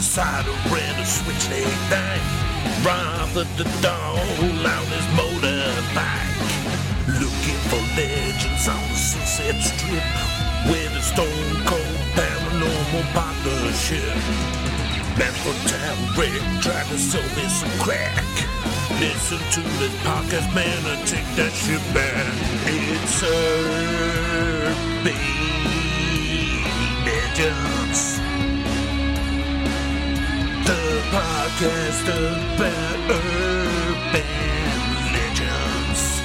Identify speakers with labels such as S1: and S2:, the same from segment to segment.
S1: side of red, a switch they ignite. Rather the dog on his motorbike. Looking for legends on the Sunset Strip. With a stone cold paranormal partnership. Man for town red, trying to sell me some crack. Listen to this podcast, man, and take that shit back. It's Urban Legends. The podcast about urban legends.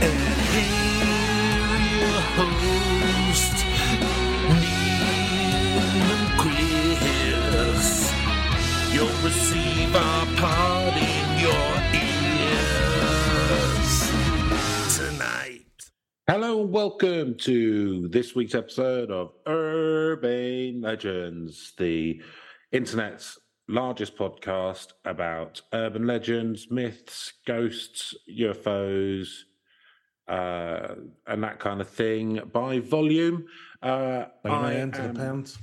S1: And here your host, Neil and Chris. You'll receive our pod in your ears tonight.
S2: Hello and welcome to this week's episode of Urban Legends, the internet's largest podcast about urban legends, myths, ghosts, UFOs, uh, and that kind of thing by volume. Uh, I am-
S3: pounds.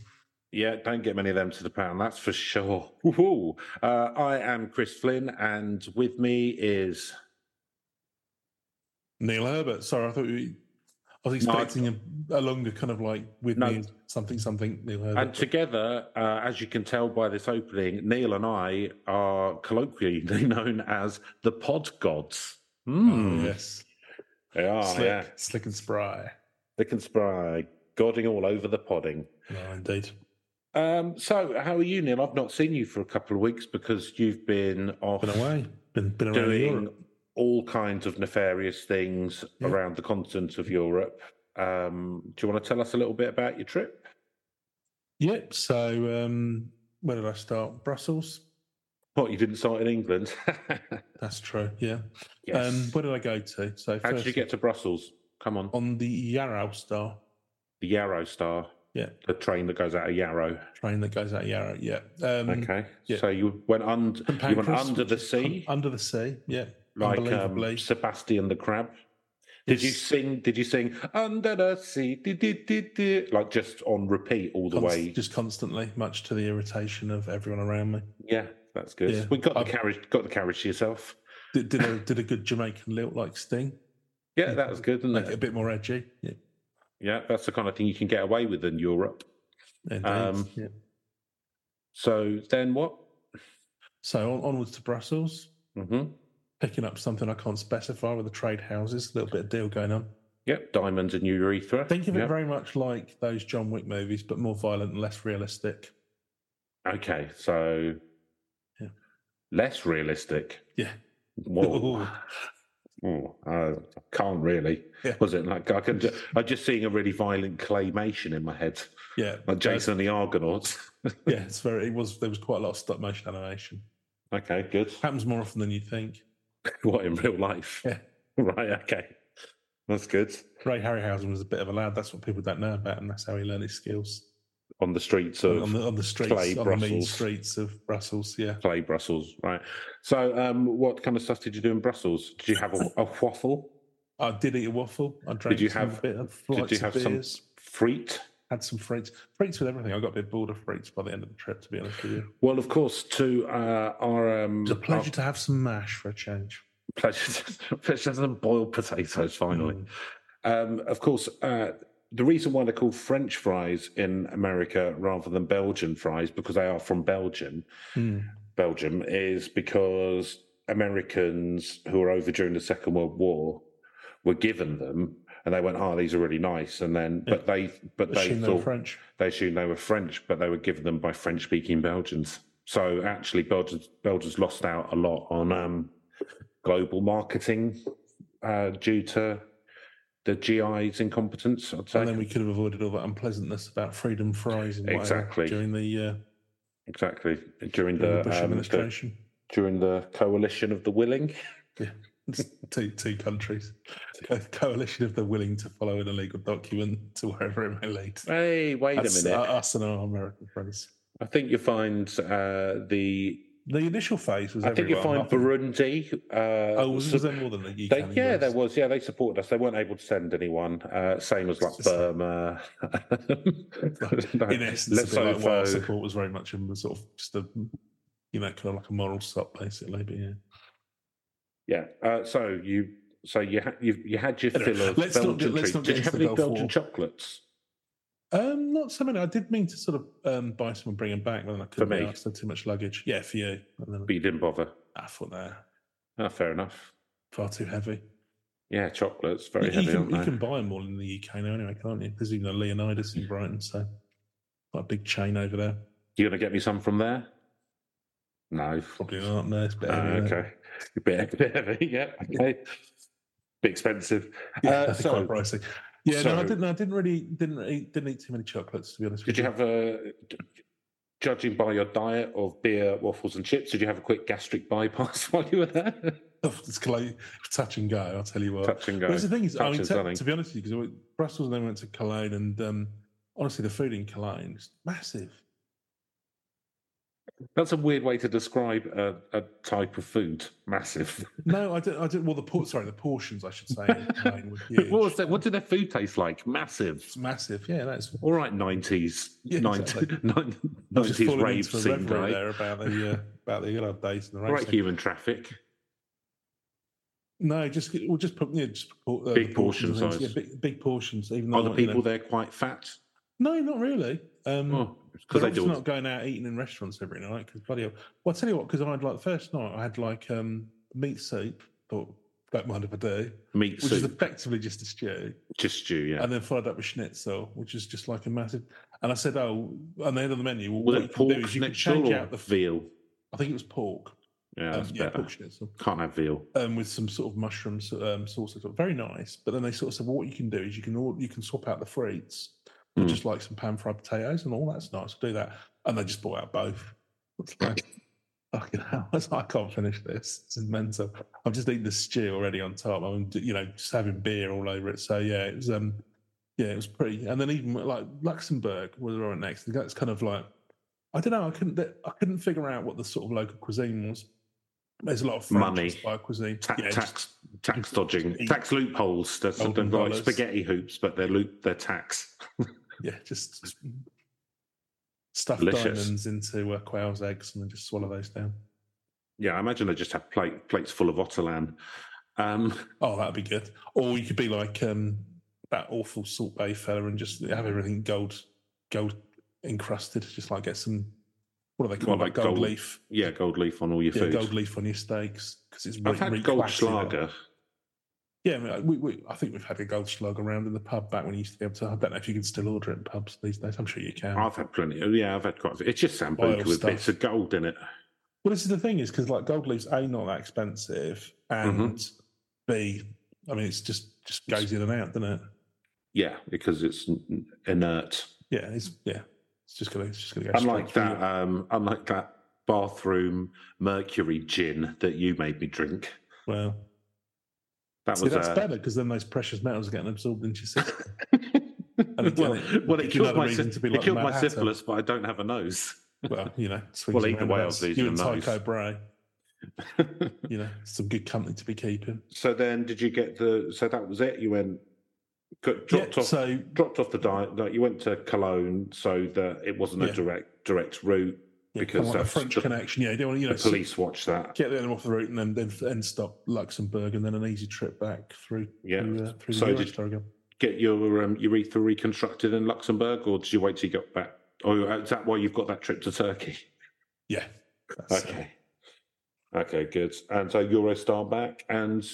S2: yeah, don't get many of them to the pound, that's for sure. Woohoo. Uh, I am Chris Flynn, and with me is
S3: Neil Herbert. Sorry, I thought you. I was
S2: No, I-
S3: expecting a, a longer kind of like with
S2: No.
S3: me something something Neil Herbert.
S2: And together, uh, as you can tell by this opening, Neil and I are colloquially known as the Pod Gods.
S3: Oh,
S2: Mm.
S3: yes,
S2: They are,
S3: slick,
S2: Oh, yeah.
S3: slick and spry.
S2: They can spy, godding all over the podding.
S3: No, indeed.
S2: Um, so, how are you, Neil? I've not seen you for a couple of weeks because you've been off
S3: Been away. Been been around
S2: doing
S3: Europe.
S2: all kinds of nefarious things
S3: Yeah.
S2: around the continent of Europe. Um, do you want to tell us a little bit about your trip?
S3: Yep. So um, where did I start? Brussels.
S2: What, you didn't start in England?
S3: That's true. Yeah.
S2: yes.
S3: Um, where did I go to? So
S2: How did
S3: first
S2: you get to Brussels? Come on.
S3: on the Yarrow Star
S2: The Yarrow Star.
S3: Yeah.
S2: The train that goes out of Yarrow.
S3: train that goes out of Yarrow? Yeah. Um,
S2: okay.
S3: yeah.
S2: So you went, und-
S3: and
S2: you went
S3: Pancras,
S2: under the
S3: which is
S2: sea,
S3: un- under the sea. Yeah.
S2: like um,
S3: unbelievably.
S2: Sebastian the Crab. Did you
S3: Yes.
S2: sing? Did you sing under the sea? Dee, dee, dee, dee, like just on repeat all the
S3: Const-
S2: way?
S3: just constantly, much to the irritation of everyone around me.
S2: yeah, that's good.
S3: Yeah.
S2: We got the
S3: I've-
S2: carriage. Got the carriage to yourself.
S3: Did, did a did a good Jamaican lilt like Sting,
S2: Yeah, that was good, isn't
S3: make
S2: it?
S3: it a bit more edgy. Yeah,
S2: Yeah, that's the kind of thing you can get away with in Europe.
S3: indeed.
S2: Um,
S3: yeah.
S2: So then what?
S3: So on, onwards to Brussels,
S2: hmm
S3: picking up something I can't specify with the trade houses. A little bit of deal going on.
S2: Yep, diamonds and urethra.
S3: Think of
S2: Yep.
S3: it very much like those John Wick movies, but more violent and less realistic.
S2: Okay, so
S3: Yeah.
S2: less realistic.
S3: Yeah.
S2: Whoa. Ooh, I can't really.
S3: Yeah.
S2: Was it like I can? Ju- I'm just seeing a really violent claymation in my head,
S3: Yeah,
S2: like Jason and the Argonauts.
S3: Uh, yeah, it's very. It was there was quite a lot of stop motion animation.
S2: okay, good.
S3: Happens more often than you think.
S2: What in real life?
S3: Yeah.
S2: Right. Okay. That's good.
S3: Ray Harryhausen was a bit of a lad. That's what people don't know about, and that's how he learned his skills.
S2: On the streets of
S3: on the on the streets,
S2: clay
S3: on the mean
S2: Brussels.
S3: streets of Brussels. Yeah,
S2: clay Brussels. Right. So, um, what kind of stuff did you do in Brussels? Did you have a, a waffle?
S3: I did eat a waffle. I drank
S2: you
S3: some
S2: have-
S3: bit of
S2: Did
S3: flights
S2: you
S3: of
S2: have some
S3: beers.
S2: frites?
S3: Had some frites, frites with everything. I got a bit bored of frites by the end of the trip. To be honest with you,
S2: Well, of course, to uh, our um,
S3: it was a
S2: our-
S3: pleasure to have some mash for a change.
S2: pleasure to, pleasure to boiled potatoes finally
S3: Mm.
S2: um, of course uh, the reason why they're called french fries in america rather than belgian fries because they are from belgium
S3: Mm.
S2: belgium is because americans who were over during the second world war were given them and they went oh these are really nice and then but they but they
S3: Assume they were
S2: thought
S3: French.
S2: they assumed they were French, but they were given them by French speaking Belgians. So actually, Belgians, Belgians lost out a lot on um, global marketing uh, due to the GI's incompetence, I'd
S3: And
S2: say.
S3: then we could have avoided all that unpleasantness about freedom fries and whatever
S2: Exactly.
S3: during the, uh,
S2: exactly. During
S3: during the
S2: the,
S3: Bush
S2: um, the
S3: administration.
S2: during the coalition of the willing.
S3: It's two two countries, a coalition of the willing to follow an illegal document to wherever it may lead.
S2: Hey, wait
S3: That's uh,
S2: a minute.
S3: Us and our American friends.
S2: I think you find uh, the
S3: the initial phase was.
S2: I think you
S3: everywhere,
S2: find
S3: nothing-
S2: Burundi. Uh,
S3: Oh, was,
S2: su-
S3: was there more than the UK?
S2: they,
S3: and
S2: yeah,
S3: US?
S2: there was. Yeah, they supported us. They weren't able to send anyone. Uh, same as like
S3: It's just-
S2: Burma, No,
S3: in essence, a bit like
S2: Lesotho.
S3: Wales support was very much in the sort of just a, you know, kind of like a moral stop, basically. But yeah,
S2: Yeah. Uh, so you, so you, ha- you, you had your
S3: Anyway,
S2: fill of
S3: let's not
S2: Belgian
S3: get- let's
S2: treats.
S3: not
S2: Did
S3: get
S2: you
S3: into
S2: have
S3: the
S2: any
S3: Gulf
S2: Belgian
S3: War.
S2: chocolates?
S3: um, not so many. I did mean to sort of um, buy some and bring them back, but then I couldn't
S2: me?
S3: be arsed, I had too much luggage. Yeah, for you. And then
S2: But you didn't bother.
S3: I thought they're
S2: Ah, fair enough.
S3: far too heavy.
S2: Yeah, chocolates very
S3: you,
S2: heavy,
S3: you can,
S2: aren't they?
S3: you can buy them all in the UK now, anyway, can't you? There's even a Leonidas in Brighton, so like a big chain over there.
S2: You gonna get me some from there? No.
S3: Probably not. No, it's
S2: Ah,
S3: better. than that.
S2: okay. A bit, bit heavy. Yeah. Okay. Bit expensive.
S3: Yeah,
S2: Uh,
S3: that's
S2: so-
S3: quite pricey. Yeah, no, I
S2: so-
S3: didn't. I didn't really didn't eat, didn't eat too many chocolates to be honest.
S2: Did
S3: with
S2: you have a? Judging by your diet of beer, waffles, and chips, did you have a quick gastric bypass while you were there?
S3: it's like touch and go. I'll tell you what.
S2: Touch and go.
S3: But it's the thing is, I mean,
S2: Touch
S3: to,
S2: and go.
S3: to be honest with you, because Brussels and then we went to Cologne, and um, honestly, the food in Cologne is massive.
S2: That's a weird way to describe a, a type of food. Massive.
S3: No, I didn't. I didn't. Well, the port, sorry, the portions, I should say, in Cologne were huge.
S2: What was that? What did their food taste like? Massive.
S3: It's massive. Yeah, that's
S2: All right, nineties,
S3: Yeah, exactly. just
S2: nineties
S3: falling
S2: rave
S3: into a
S2: scene,
S3: reverie
S2: right?
S3: there about the uh, about the good old days and the
S2: Right,
S3: racing.
S2: human traffic.
S3: No, just we'll just put yeah, just put, uh,
S2: Big
S3: the
S2: portion
S3: portions in.
S2: size.
S3: Yeah, big, big portions. Even though
S2: Are the
S3: you know-
S2: people there quite fat?
S3: No, not really. Um,
S2: Because
S3: Because
S2: Oh, they
S3: I'm just
S2: do.
S3: not going out eating in restaurants every night because bloody hell. Well, I tell you what, because I had like first night I had like um, meat soup. Thought don't mind if I do,
S2: meat
S3: which is
S2: soup,
S3: effectively just a stew,
S2: just stew. Yeah.
S3: and then followed up with schnitzel, which is just like a massive. And I said, oh, and they had on the menu. Well, what
S2: Was
S3: you
S2: it
S3: can do
S2: pork
S3: is you can
S2: schnitzel
S3: change
S2: or
S3: out the.
S2: veal?
S3: I think it was pork.
S2: Yeah,
S3: um,
S2: that's
S3: yeah,
S2: better.
S3: pork schnitzel
S2: Can't have veal.
S3: um, with some sort of mushroom s- um, sauce. It's very nice. But then they sort of said, well, what you can do is you can all, you can swap out the fruits, for
S2: Mm.
S3: just like some pan fried potatoes and all. That's nice. We'll do that. And they just bought out both. It's like, fucking hell. It's like, I can't finish this. This is mental. I've just eaten the stew already on top. I'm, you know, just having beer all over it. So yeah, it was, um, yeah, it was pretty. And then even like Luxembourg was right next. That's kind of like, I don't know. I couldn't. I couldn't figure out what the sort of local cuisine was. There's a lot of French
S2: Money.
S3: inspired cuisine.
S2: Ta-
S3: Yeah, just-
S2: tax tax dodging,
S3: eat-
S2: tax loopholes. They're sort
S3: Golden
S2: of like
S3: dollars.
S2: spaghetti hoops, but they're loop. They're tax.
S3: yeah, just stuff
S2: Delicious.
S3: diamonds into uh, quail's eggs and then just swallow those down.
S2: Yeah, I imagine they just have plate, plates full of otolan. Um,
S3: Oh, that'd be good. Or you could be like um, that awful Salt Bay fella and just have everything gold, gold encrusted. Just like get some, what do they call
S2: Well,
S3: it?
S2: like
S3: Like gold,
S2: gold-
S3: leaf.
S2: yeah, gold leaf on all your
S3: Yeah,
S2: food.
S3: gold leaf on your steaks because it's.
S2: I've
S3: re-
S2: had
S3: re-
S2: gold
S3: classy now.
S2: schlager.
S3: Yeah, I, mean, we, we, I think we've had a gold slug around in the pub back when you used to be able to. I don't know if you can still order it in pubs these days. I'm sure you can.
S2: I've had plenty. Of, yeah, I've had quite. A few. It's just
S3: Oil
S2: sambuca with
S3: stuff.
S2: bits of gold in it.
S3: Well, this is the thing is because like gold leaf's a not that expensive, and
S2: Mm-hmm.
S3: b I mean it's just just goes in and out, doesn't it?
S2: Yeah, because it's n- inert.
S3: Yeah, it's yeah, it's just gonna it's just gonna go.
S2: unlike
S3: straight through
S2: that, um, unlike that bathroom mercury gin that you made me drink.
S3: you. Well,
S2: That
S3: see
S2: was
S3: that's
S2: uh,
S3: better because then those precious metals are getting absorbed into your system. And again,
S2: well,
S3: it-
S2: well,
S3: it
S2: it
S3: gives
S2: killed
S3: another
S2: my,
S3: reason
S2: sy-
S3: to be
S2: it
S3: like
S2: killed my
S3: Manhattan.
S2: syphilis, but I don't have a nose.
S3: well, you know, swings
S2: Well,
S3: and
S2: either way,
S3: roundabouts.
S2: I'll lose
S3: you
S2: your
S3: and
S2: nose.
S3: Tycho Bray, you know, some good company to be keeping.
S2: so then, did you get the? So that was it. You went got,
S3: Yeah,
S2: dropped off,
S3: so
S2: dropped off the diet. Like you went to Cologne, so that it wasn't a
S3: Yeah.
S2: direct direct route.
S3: yeah,
S2: because
S3: kind of like a
S2: that's
S3: French
S2: the-
S3: connection. Yeah, you don't want to, you know,
S2: The police watch that.
S3: get them off the route and then then then stop Luxembourg and then an easy trip back through
S2: Yeah.
S3: through, uh, through
S2: So
S3: the
S2: did-
S3: Eurostar again.
S2: Get your um, urethra reconstructed in Luxembourg, or did you wait till you got back? Oh, is that why you've got that trip to Turkey?
S3: Yeah. That's, uh,
S2: Okay. Okay, good. And so Eurostar back. And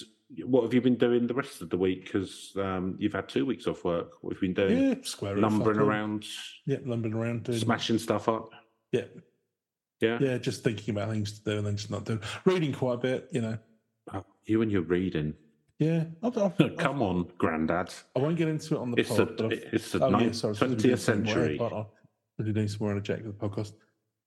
S2: what have you been doing the rest of the week? Because um, you've had two weeks off work. What have you been doing?
S3: yeah, square it,
S2: Lumbering
S3: fuck all.
S2: around,
S3: Yeah, lumbering around doing
S2: smashing stuff up.
S3: Yeah.
S2: Yeah.
S3: Yeah, just thinking about things to do and then just not doing reading quite a bit, you know.
S2: Oh, you and your reading. Oh,
S3: Yeah. I've, I've, I've,
S2: Come on, Grandad.
S3: I won't get into it on the
S2: It's
S3: pod,
S2: the
S3: but I've
S2: it's the
S3: Oh, yeah,
S2: ninth-
S3: sorry, I was supposed to be doing
S2: 20th
S3: something more
S2: century.
S3: here, but I'll- I'll be doing some more in a jack with the podcast.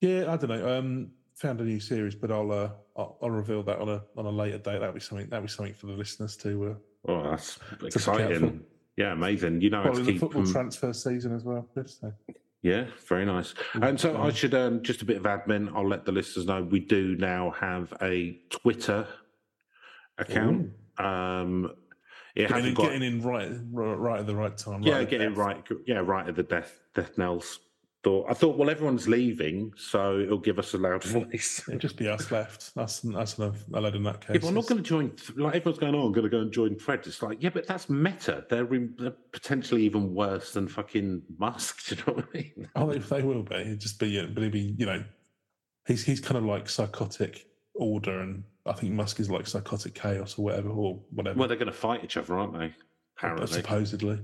S3: Yeah, I don't know. Um, found a new series, but I'll uh, I'll, I'll reveal that on a on a later date. That'll be something that'll be something for the listeners to uh,
S2: Oh, that's
S3: It's a
S2: exciting.
S3: platform.
S2: Yeah, amazing. You know,
S3: Well,
S2: Oh, it's
S3: in the
S2: keep
S3: football
S2: them-
S3: transfer season as well, Chris. So.
S2: Yeah, very nice. And so I should um, just a bit of admin. I'll let the listeners know we do now have a Twitter account. Um, it
S3: Getting, in,
S2: hasn't got
S3: getting in right, right right at the right time. Right
S2: yeah,
S3: at
S2: getting
S3: death.
S2: right yeah right at the death death knells. Thought I thought well everyone's leaving, so it'll give us a loud voice.
S3: It'd just be us left. That's that's enough. I in that case.
S2: If I'm not going to join, like everyone's going, oh, I'm going to go and join Fred. It's like, yeah, but that's meta. They're, in, they're potentially even worse than fucking Musk. Do you know what I mean?
S3: Oh, they, they will be. It'd just be, uh, but it'd be, you know, he's he's kind of like psychotic order, and I think Musk is like psychotic chaos or whatever, or whatever. uh,
S2: Well, they're going to fight each other, aren't they? Apparently,
S3: supposedly,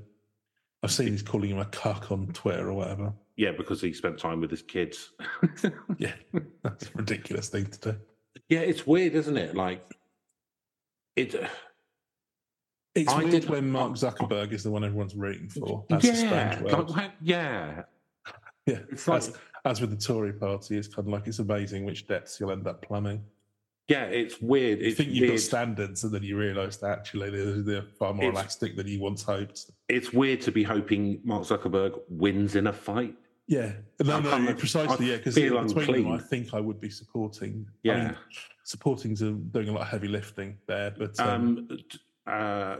S3: I've seen he's calling him a cuck on Twitter or whatever.
S2: yeah, because he spent time with his kids.
S3: Yeah, that's a ridiculous thing to do.
S2: Yeah, it's weird, isn't it? Like, it.
S3: It's
S2: I
S3: weird
S2: did-
S3: when Mark Zuckerberg is the one everyone's rooting for. That's a
S2: yeah,
S3: strange
S2: like,
S3: world.
S2: wha- yeah.
S3: yeah,
S2: It's like,
S3: as, as with the Tory party, it's kind of like it's amazing which depths you'll end up plumbing.
S2: yeah, it's weird.
S3: You
S2: It's
S3: think you've
S2: weird.
S3: got standards, and then you realise that actually they're, they're far more
S2: It's-
S3: elastic than you once hoped.
S2: it's weird to be hoping Mark Zuckerberg wins in a fight.
S3: Yeah, no,
S2: I
S3: no,
S2: can't-
S3: yeah, precisely.
S2: I
S3: Yeah, because
S2: feel
S3: between them,
S2: unclean.
S3: I think I would be supporting. I
S2: Yeah.
S3: mean, supporting's a, doing a lot of heavy lifting there, but um,
S2: um. d- Uh.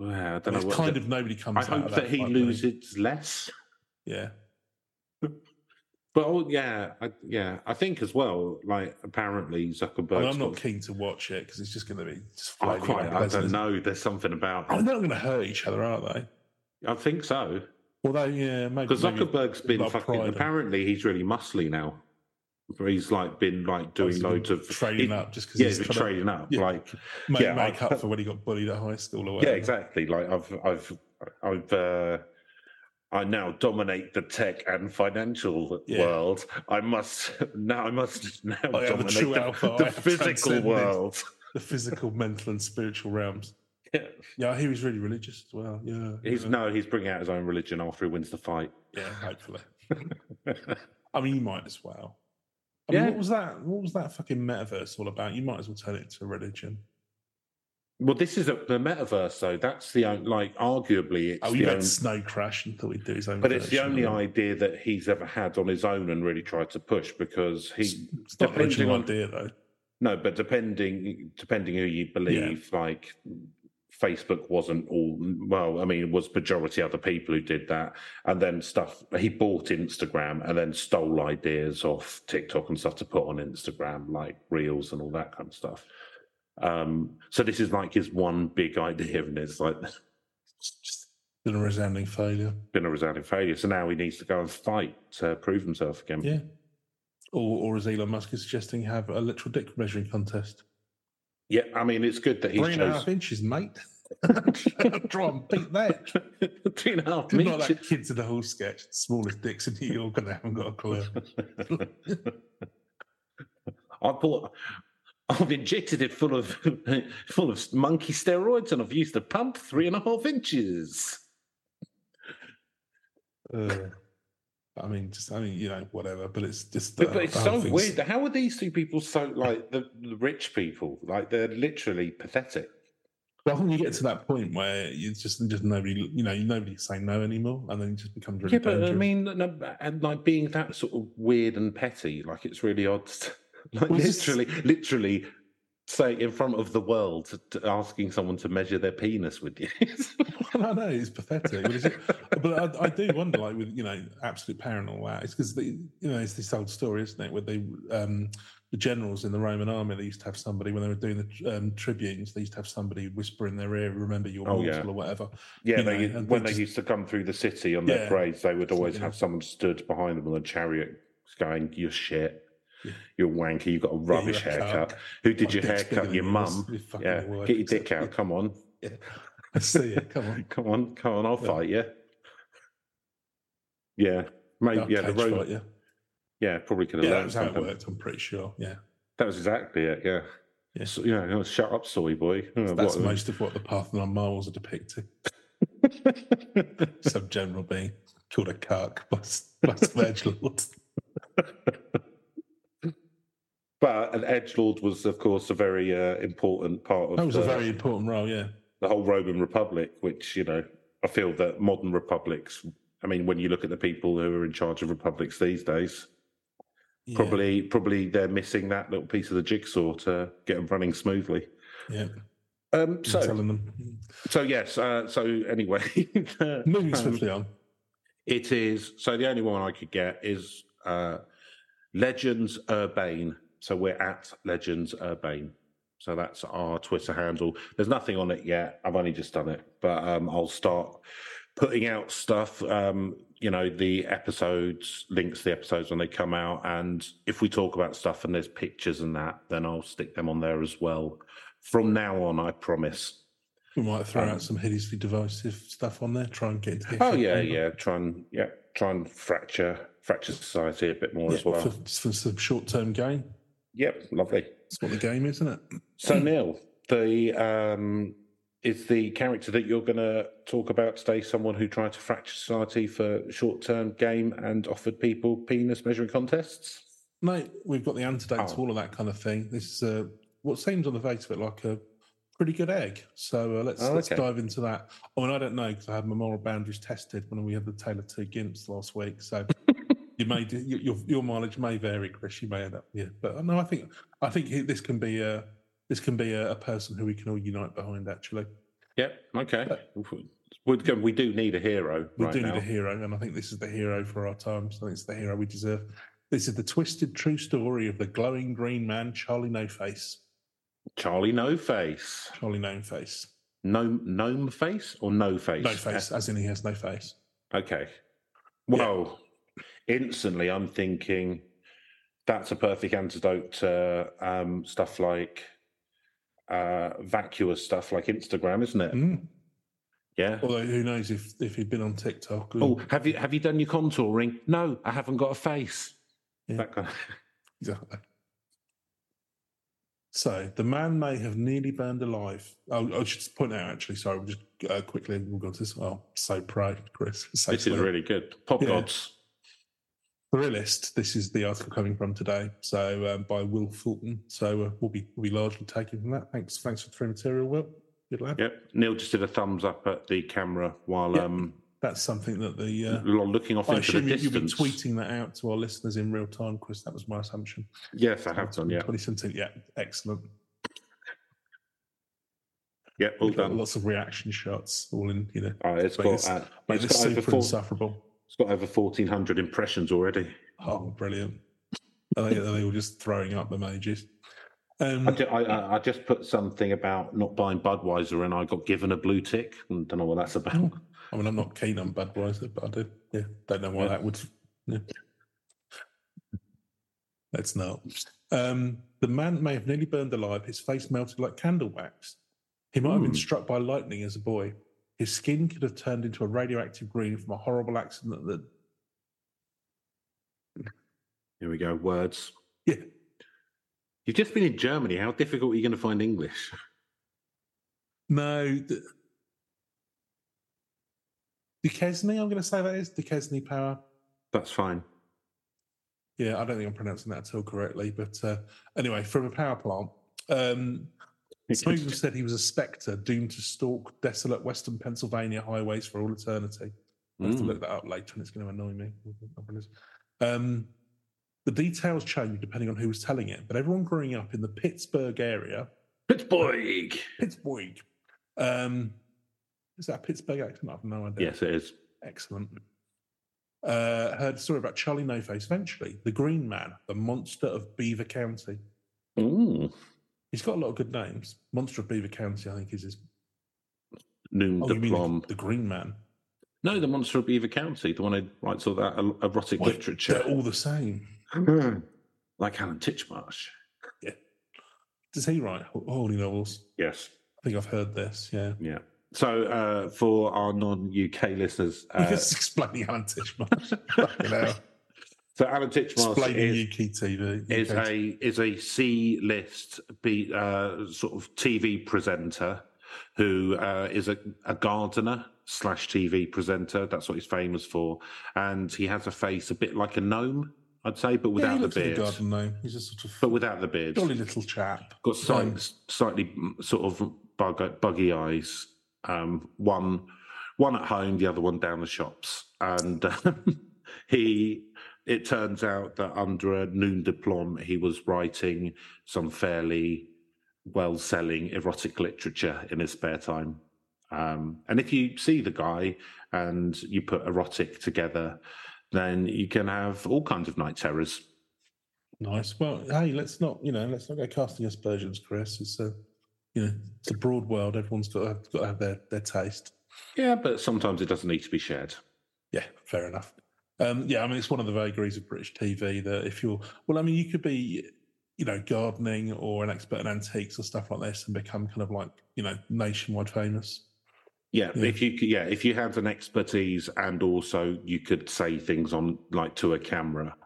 S2: Well, I don't
S3: there's
S2: know. What
S3: kind of nobody comes.
S2: I
S3: out
S2: hope
S3: of
S2: that, he
S3: fight winning.
S2: loses less.
S3: Yeah,
S2: But oh, yeah, I, yeah. I think as well. Like apparently Zuckerberg.
S3: I mean, I'm not keen to watch it because it's just going to be just.
S2: I
S3: flaming
S2: Oh, quite. I
S3: unpleasant,
S2: don't
S3: isn't it?
S2: know. There's something about.
S3: Oh, They're not going to hurt each other, are they?
S2: I think so.
S3: Although, yeah, maybe.
S2: Because
S3: maybe
S2: Zuckerberg's been
S3: about
S2: fucking.
S3: pride and-
S2: Apparently, he's really muscly now. He's like been like doing
S3: he's been
S2: loads of
S3: trading
S2: he-
S3: up just because
S2: Yeah,
S3: he's
S2: he's been
S3: trying to
S2: trading up.
S3: yeah.
S2: Like
S3: make,
S2: yeah,
S3: make
S2: I-
S3: up for when he got bullied at high school or
S2: yeah,
S3: whatever.
S2: exactly. Like I've I've I've. uh I now dominate the tech and financial
S3: Yeah.
S2: world. I must now. I must now
S3: I am the
S2: dominate
S3: true
S2: the,
S3: alpha.
S2: the
S3: I have
S2: physical
S3: transcended
S2: world.
S3: The physical, mental, and spiritual realms.
S2: Yeah.
S3: Yeah, I hear he's really religious as well. Yeah,
S2: He's
S3: yeah.
S2: no, he's bringing out his own religion after he wins the fight.
S3: Yeah, hopefully. I mean, you might as well. I mean,
S2: Yeah.
S3: what was that? What was that fucking metaverse all about? You might as well turn it into a religion.
S2: well, this is a, the metaverse, though. That's the on- like arguably it's
S3: Oh,
S2: the
S3: you
S2: only,
S3: had Snow Crash and thought he'd do his own.
S2: but it's the
S3: version
S2: only
S3: of it.
S2: idea that he's ever had on his own and really tried to push because
S3: It's,
S2: he
S3: it's not an
S2: depending
S3: original
S2: on-
S3: idea though.
S2: no, but depending depending who you believe, like Facebook wasn't all well. I mean, it was majority other people who did that, and then stuff he bought Instagram and then stole ideas off TikTok and stuff to put on Instagram, like reels and all that kind of stuff. Um, so this is like his one big idea, and it's like
S3: It's just been a resounding failure.
S2: been a resounding failure. So now he needs to go and fight to prove himself again.
S3: Yeah. Or, or as Elon Musk is suggesting, have a literal dick measuring contest.
S2: Yeah, I mean, it's good that he
S3: Three and a half
S2: chose
S3: inches, mate. Try and beat that.
S2: three and a half
S3: Not
S2: meters.
S3: like kids in the whole sketch. Smallest dicks in New York, and they haven't got a clue.
S2: I bought. I've injected it full of full of monkey steroids, and I've used a pump three and a half inches.
S3: Uh, I mean, just I mean, you know, whatever. But it's just
S2: But,
S3: uh,
S2: but it's
S3: the whole
S2: so
S3: thing's-
S2: weird. How are these two people so like the, the rich people? Like they're literally pathetic.
S3: But I think you get to that point where it's just just nobody, you know, nobody's saying no anymore, and then it just becomes really
S2: yeah, but
S3: dangerous.
S2: I mean, no, and like being that sort of weird and petty, like it's really odd. to- Like
S3: Well, it's just-
S2: literally, literally, say in front of the world, t- asking someone to measure their penis with you.
S3: I know it's pathetic, but, it's, but I, I do wonder, like with you know, absolute power and all that. It's because you know it's this old story, isn't it? Where they um, the generals in the Roman army, they used to have somebody when they were doing the um, tribunes, they used to have somebody whisper in their ear, "Remember your
S2: Oh,
S3: mortal
S2: yeah.
S3: or whatever."
S2: Yeah,
S3: you
S2: they,
S3: know, and
S2: when
S3: they
S2: they
S3: just-
S2: used to come through the city on their
S3: Yeah.
S2: parades, they would always
S3: Yeah.
S2: have someone stood behind them on a chariot going, You're shit.
S3: Yeah.
S2: You're wanky. You've got a
S3: Yeah, you're
S2: rubbish
S3: a
S2: haircut.
S3: cuck.
S2: Who did
S3: My
S2: your
S3: dick's bigger
S2: haircut?
S3: than
S2: Your
S3: yours.
S2: mum.
S3: You're fucking
S2: Yeah.
S3: worthy.
S2: Get your dick out. Come on.
S3: I see it. Come on.
S2: Come on. Come on. I'll
S3: Yeah.
S2: fight you. Yeah. Maybe,
S3: I'll
S2: yeah, the
S3: cage
S2: road.
S3: fight you.
S2: Yeah, probably could have
S3: Yeah, that
S2: learned
S3: was how it
S2: something.
S3: worked. I'm pretty sure. Yeah,
S2: That was exactly it. Yeah.
S3: Yeah.
S2: So, yeah, you know, shut up, soy boy. Oh,
S3: that's
S2: what-
S3: most of what the Parthenon marbles are depicting. Some general being called a cuck by, s- by Smerge Lord.
S2: but an edge lord was, of course, a very uh, important part of
S3: That was a
S2: the-
S3: very important role. Yeah,
S2: the whole Roman Republic, which you know I feel that modern republics I mean, when you look at the people who are in charge of republics these days,
S3: Yeah,
S2: probably probably they're missing that little piece of the jigsaw to get them running smoothly.
S3: Yeah.
S2: Um,
S3: So,
S2: so,
S3: telling them.
S2: so yes. Uh, so anyway, the-
S3: Moving
S2: um,
S3: swiftly on.
S2: It is. So the only one I could get is uh, Legends Urbane. So we're at Legends Urbane. So that's our Twitter handle. There's nothing on it yet. I've only just done it, but um, I'll start putting out stuff. Um, you know, the episodes, links to the episodes when they come out. And if we talk about stuff and there's pictures and that, then I'll stick them on there as well. From now on, I promise.
S3: We might throw
S2: Um,
S3: out some hideously divisive stuff on there. Try and get. Into
S2: Oh yeah, yeah. Try and yeah, try and fracture fracture society a bit more as well.
S3: for, for some short-term gain.
S2: Yep, lovely.
S3: That's what the game is, isn't it?
S2: So Neil, the um, is the character that you're going to talk about today someone who tried to fracture society for short-term game and offered people penis measuring contests?
S3: No, we've got the antidote
S2: Oh.
S3: to all of that kind of thing. This is uh, what seems on the face of it like a pretty good egg. So uh, let's
S2: Oh,
S3: let's
S2: okay.
S3: dive into that. I mean, I don't know because I had my moral boundaries tested when we had the Taylor Two Gimps last week. So you may do- your your- your mileage may vary, Chris. You may end up yeah, but uh, no, I think I think he- this can be a this can be a, a person who we can all unite behind. Actually,
S2: Yep. Okay. We'd go- Uh, we do need a hero
S3: we
S2: right
S3: do
S2: now.
S3: need a hero, and I think this is the hero for our times. I think it's the hero we deserve. This is the twisted true story of the glowing green man, Charlie No Face.
S2: Charlie No Face,
S3: Charlie Known Face.
S2: Gnome Gnome Face, or No Face?
S3: No face, as in he has no face.
S2: Okay.
S3: Yeah.
S2: Well, instantly I'm thinking that's a perfect antidote to um, stuff like uh, vacuous stuff like Instagram, isn't it?
S3: Mm.
S2: Yeah.
S3: Although who knows if, if he'd been on TikTok.
S2: Oh, have you have you done your contouring? No, I haven't got a face.
S3: Yeah.
S2: That kind of-
S3: Exactly. So the man may have nearly burned alive. Oh, I should just point out actually. Sorry, we'll just uh, quickly we'll go to this. Oh, so proud, Chris. So
S2: this is
S3: slick.
S2: really good. Pop
S3: Yeah.
S2: gods.
S3: Thrillist. This is the article coming from today. So um, by Will Fulton. So uh, we'll be we'll be largely taking from that. Thanks, thanks for the free material, Will. Good lad.
S2: Yep. Neil just did a thumbs up at the camera while
S3: Yeah.
S2: um
S3: That's something that the uh,
S2: lo- looking off
S3: I
S2: into
S3: assume
S2: the
S3: you- you'll be
S2: distance.
S3: tweeting that out to our listeners in real time, Chris. That was my assumption.
S2: Yes, I have done. Yeah.
S3: 2017. Yeah, excellent.
S2: Yeah. All
S3: We've got
S2: done.
S3: Lots of reaction shots, all in, you know,
S2: All right, it's
S3: Like
S2: got,
S3: this-
S2: uh,
S3: like
S2: it's
S3: this
S2: got over
S3: super
S2: four-
S3: insufferable.
S2: it's got over fourteen hundred impressions already.
S3: Oh, brilliant. Are they, are they all just throwing up emojis? Um,
S2: I, ju- I, I- I just put something about not buying Budweiser and I got given a blue tick. and don't know what that's about.
S3: I mean, I'm not keen on Budweiser, but I do. Yeah, don't know why
S2: Yeah.
S3: that would. Yeah. Let's not. Um, the man may have nearly burned alive. His face melted like candle wax. He might have been
S2: Hmm.
S3: struck by lightning as a boy. His skin could have turned into a radioactive green from a horrible accident that
S2: Here we go. Words.
S3: Yeah.
S2: You've just been in Germany. How difficult are you going to find English?
S3: No. The, Duquesne, I'm going to say that is Duquesne power.
S2: That's fine.
S3: Yeah, I don't think I'm pronouncing that at all correctly. But uh, anyway, from a power plant. Um, Smogan said he was a spectre doomed to stalk desolate Western Pennsylvania highways for all eternity. I have to
S2: Mm.
S3: look that up later, and it's going to annoy me. Um, the details change depending on who was telling it, but everyone growing up in the Pittsburgh area,
S2: Pittsburgh.
S3: Pittsburgh, um, is that a Pittsburgh accent? I have no idea.
S2: Yes, it is.
S3: Excellent. Uh, heard a story about Charlie No Face eventually, the Green Man, the monster of Beaver County.
S2: Mm.
S3: He's got a lot of good names. Monster of Beaver County, I think, is his.
S2: Noom
S3: Oh,
S2: de
S3: you mean
S2: Plom.
S3: the, the Green Man?
S2: No, the monster of Beaver County, the one who writes all that er- erotic
S3: Why,
S2: literature.
S3: They're all the same.
S2: like Alan Titchmarsh.
S3: Does he write ho- holy novels?
S2: Yes.
S3: I think I've heard this. Yeah,
S2: Yeah. So uh, for our non-UK listeners,
S3: uh,
S2: uh,
S3: just explaining Alan Titchmarsh. you know,
S2: so Alan Titchmarsh
S3: explaining
S2: is
S3: UK TV.
S2: is
S3: UK
S2: a is a C list B uh, sort of TV presenter who uh, is a, a gardener slash TV presenter. That's what he's famous for, and he has a face a bit like a gnome, I'd say, but
S3: yeah,
S2: without
S3: he
S2: the
S3: looks like a
S2: beard.
S3: garden gnome. He's a sort of
S2: but without the beard,
S3: jolly little chap.
S2: got slight,
S3: gnome.
S2: slightly mm, sort of bug, buggy eyes. Um, one one at home, the other one down the shops. And um, he, it turns out that under a noon diplom, he was writing some fairly well selling erotic literature in his spare time. Um, and if you see the guy and you put erotic together, then you can have all kinds of night terrors.
S3: Nice. Well, hey, let's not you know let's not go casting aspersions, Chris. It's a you know it's a broad world. Everyone's got to have, got to have their their taste.
S2: Yeah, but sometimes it doesn't need to be shared.
S3: Yeah, fair enough. Um, yeah, I mean it's one of the vagaries of British TV that if you're well, I mean you could be you know gardening or an expert in antiques or stuff like this and become kind of like you know nationwide famous.
S2: Yeah,
S3: Yeah.
S2: if you c- yeah, if you had an expertise and also you could say things on like to a camera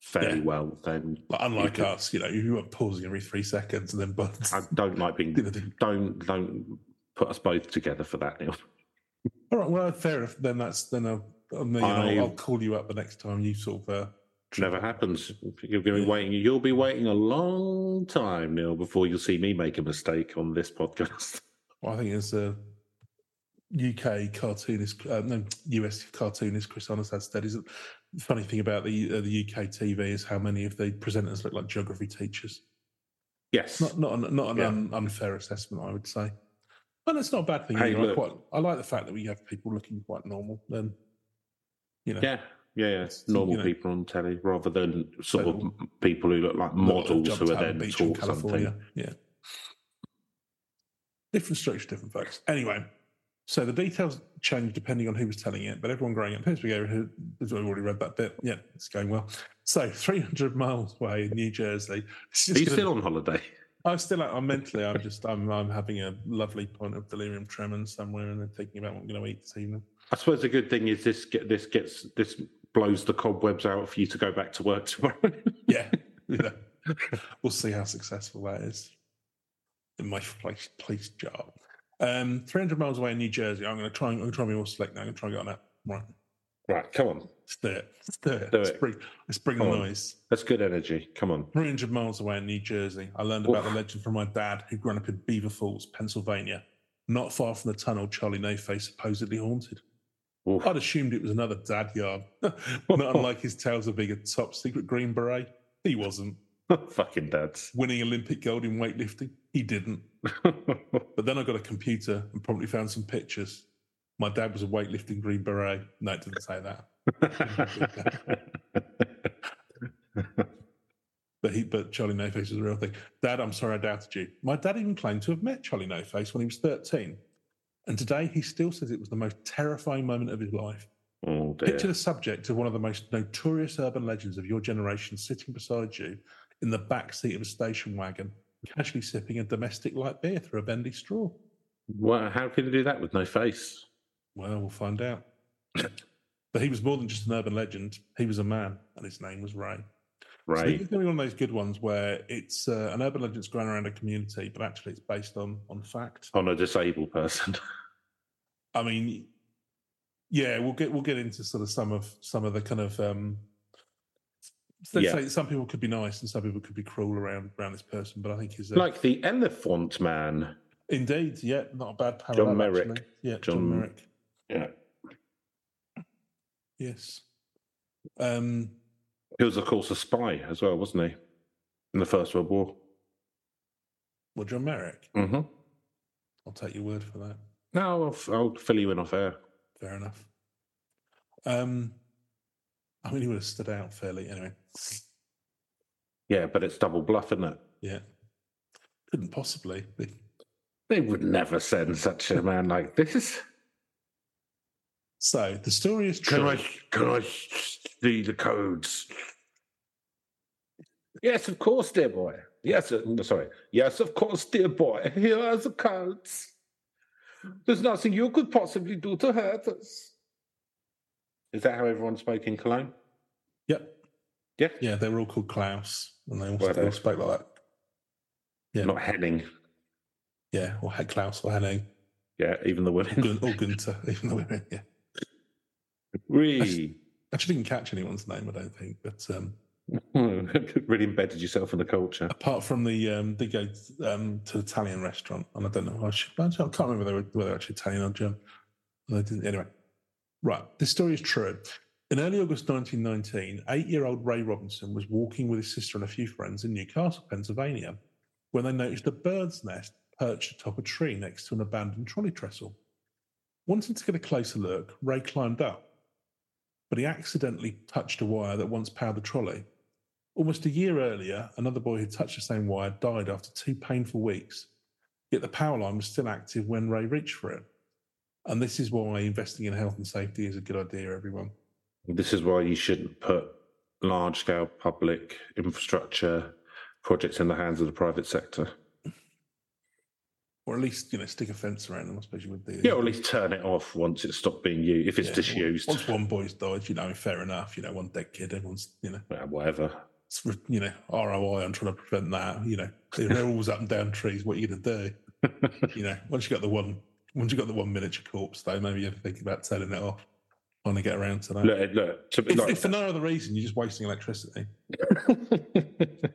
S2: fairly
S3: Yeah.
S2: well, then
S3: Like, unlike
S2: could-
S3: us, you know, you weren't pausing every three seconds and then but
S2: I don't like being don't don't put us both together for that, Neil.
S3: All right, well, fair enough. Then that's then I'll I mean, you know,
S2: I-
S3: I'll call you up the next time you sort of. Uh,
S2: Never happens. You're going to
S3: Yeah.
S2: be waiting. You'll be waiting a long time, Neil, before you'll see me make a mistake on this podcast.
S3: well, I think it's a UK cartoonist, uh, no, US cartoonist Chris Anastad. Is the funny thing about the uh, the UK TV is how many of the presenters look like geography teachers.
S2: Yes.
S3: Not not an, not an
S2: Yeah.
S3: un, unfair assessment, I would say. But it's not a bad thing.
S2: Hey,
S3: either. I
S2: look.
S3: quite I like the fact that we have people looking quite normal. Then, you know,
S2: yeah. Yeah, yeah,
S3: It's, you
S2: normal
S3: know-
S2: people on telly rather than sort
S3: So-
S2: of people who look like
S3: Look,
S2: models
S3: jumped
S2: who
S3: out
S2: are
S3: on the
S2: then
S3: beach in
S2: taught something.
S3: Yeah. Different structure, different folks. Anyway, so the details change depending on who was telling it, but everyone growing up in Pittsburgh, area who- we've already read that bit. Yeah, it's going well. So 300 miles away in New Jersey. It's just
S2: Are you
S3: gonna-
S2: still on holiday?
S3: I'm still out. I'm mentally, I'm just, I'm, I'm having a lovely pint of delirium tremens somewhere and then thinking about what I'm going to eat this evening.
S2: I suppose the good thing is this get, this gets this blows the cobwebs out for you to go back to work tomorrow.
S3: Yeah. yeah. We'll see how successful that is in my place, place job. Um, 300 miles away in New Jersey. I'm going to try and I'm going to try and be more select now. I'm going to try and get on that. Right.
S2: right, come on.
S3: Let's do it. Let's do it.
S2: Do
S3: let's,
S2: it.
S3: Bring, let's bring the
S2: Come on.
S3: noise.
S2: That's good energy. Come on.
S3: 300 miles away in New Jersey. I learned about
S2: Oof.
S3: the legend from my dad, who grew up in Beaver Falls, Pennsylvania, not far from the tunnel Charlie No Face supposedly haunted.
S2: Oof.
S3: I'd assumed it was another dad yard, not unlike his tales of being a top secret Green Beret. He wasn't.
S2: Fucking dads. Oh,
S3: winning Olympic gold in weightlifting. He didn't. But then I got a computer and promptly found some pictures. My dad was a weightlifting Green Beret. No, it didn't say that. But he, but Charlie No Face was a real thing. Dad, I'm sorry I doubted you. My dad even claimed to have met Charlie No Face when he was 13. And today he still says it was the most terrifying moment of his life.
S2: oh dear.
S3: Picture the subject of one of the most notorious urban legends of your generation sitting beside you in the back seat of a station wagon, casually sipping a domestic light beer through a bendy straw.
S2: Well, how can you do that with no face?
S3: Well, we'll find out. but he was more than just an urban legend. He was a man, and his name was Ray. So
S2: Right.
S3: this is going to be one of those good ones where it's uh, an urban legend that's grown around a community, but actually it's based on on fact.
S2: on a disabled person.
S3: I mean, yeah, we'll get we'll get into sort of some of some of the kind of um, let's
S2: Yeah.
S3: say some people could be nice and some people could be cruel around around this person, but I think he's uh,
S2: like the elephant man.
S3: indeed, yeah, not a bad parallel.
S2: Merrick.
S3: actually. yeah, John,
S2: John-
S3: Merrick,
S2: Yeah.
S3: yes. Um,
S2: He was of course a spy as well, wasn't he? In the First World War.
S3: well, John Merrick.
S2: Mm-hmm.
S3: I'll take your word for that.
S2: No, I'll, f- I'll fill you in off air.
S3: Fair enough. Um, I mean, he would have stood out fairly anyway.
S2: Yeah, but it's double bluff, isn't it?
S3: Yeah, couldn't possibly. be.
S2: They would never send such a man like this.
S3: So the story is
S2: Can
S3: true.
S2: I can I see the codes? Yes, of course, dear boy. Yes, uh, no, sorry. Yes, of course, dear boy. Here are the codes. There's nothing you could possibly do to hurt us. Is that how everyone spoke in Cologne?
S3: Yep.
S2: Yeah.
S3: Yeah, they were all called Klaus, and they all,
S2: Were
S3: they all
S2: they?
S3: spoke like that. Yeah.
S2: Not Henning.
S3: Yeah, or had Klaus or Henning,
S2: Yeah, even the
S3: or
S2: women.
S3: Gun- or Gunther, even though we're yeah.
S2: really,
S3: Actually, didn't catch anyone's name, I don't think. But um,
S2: really embedded yourself in the culture.
S3: apart from the um, they go um, to the Italian restaurant, and I don't know. I, should, I can't remember whether they were, whether they were actually Italian or German. No, it didn't. Anyway, right. This story is true. In early August 1919, eight year old Ray Robinson was walking with his sister and a few friends in Newcastle, Pennsylvania, when they noticed a bird's nest perched atop a tree next to an abandoned trolley trestle. Wanting to get a closer look, Ray climbed up, but he accidentally touched a wire that once powered the trolley. Almost a year earlier, another boy who touched the same wire died after two painful weeks, yet the power line was still active when Ray reached for it. And this is why investing in health and safety is a good idea, everyone.
S2: This is why you shouldn't put large scale public infrastructure projects in the hands of the private sector.
S3: Or at least, you know, stick a fence around them, I suppose you would do.
S2: Yeah, or at least turn it off once it's stopped being used, if it's
S3: Yeah,
S2: disused.
S3: Once one boy's died, you know, fair enough. You know, one dead kid, everyone's, you know,
S2: Well, whatever.
S3: it's, re- you know, ROI on trying to prevent that. You know, they're always up and down trees. What are you going to do? you know, once you got the one, once you got the one miniature corpse, though, maybe you're thinking about turning it off. Trying to get around to that.
S2: Look, look, to be
S3: if,
S2: like,
S3: if for no other reason, you're just wasting electricity. Do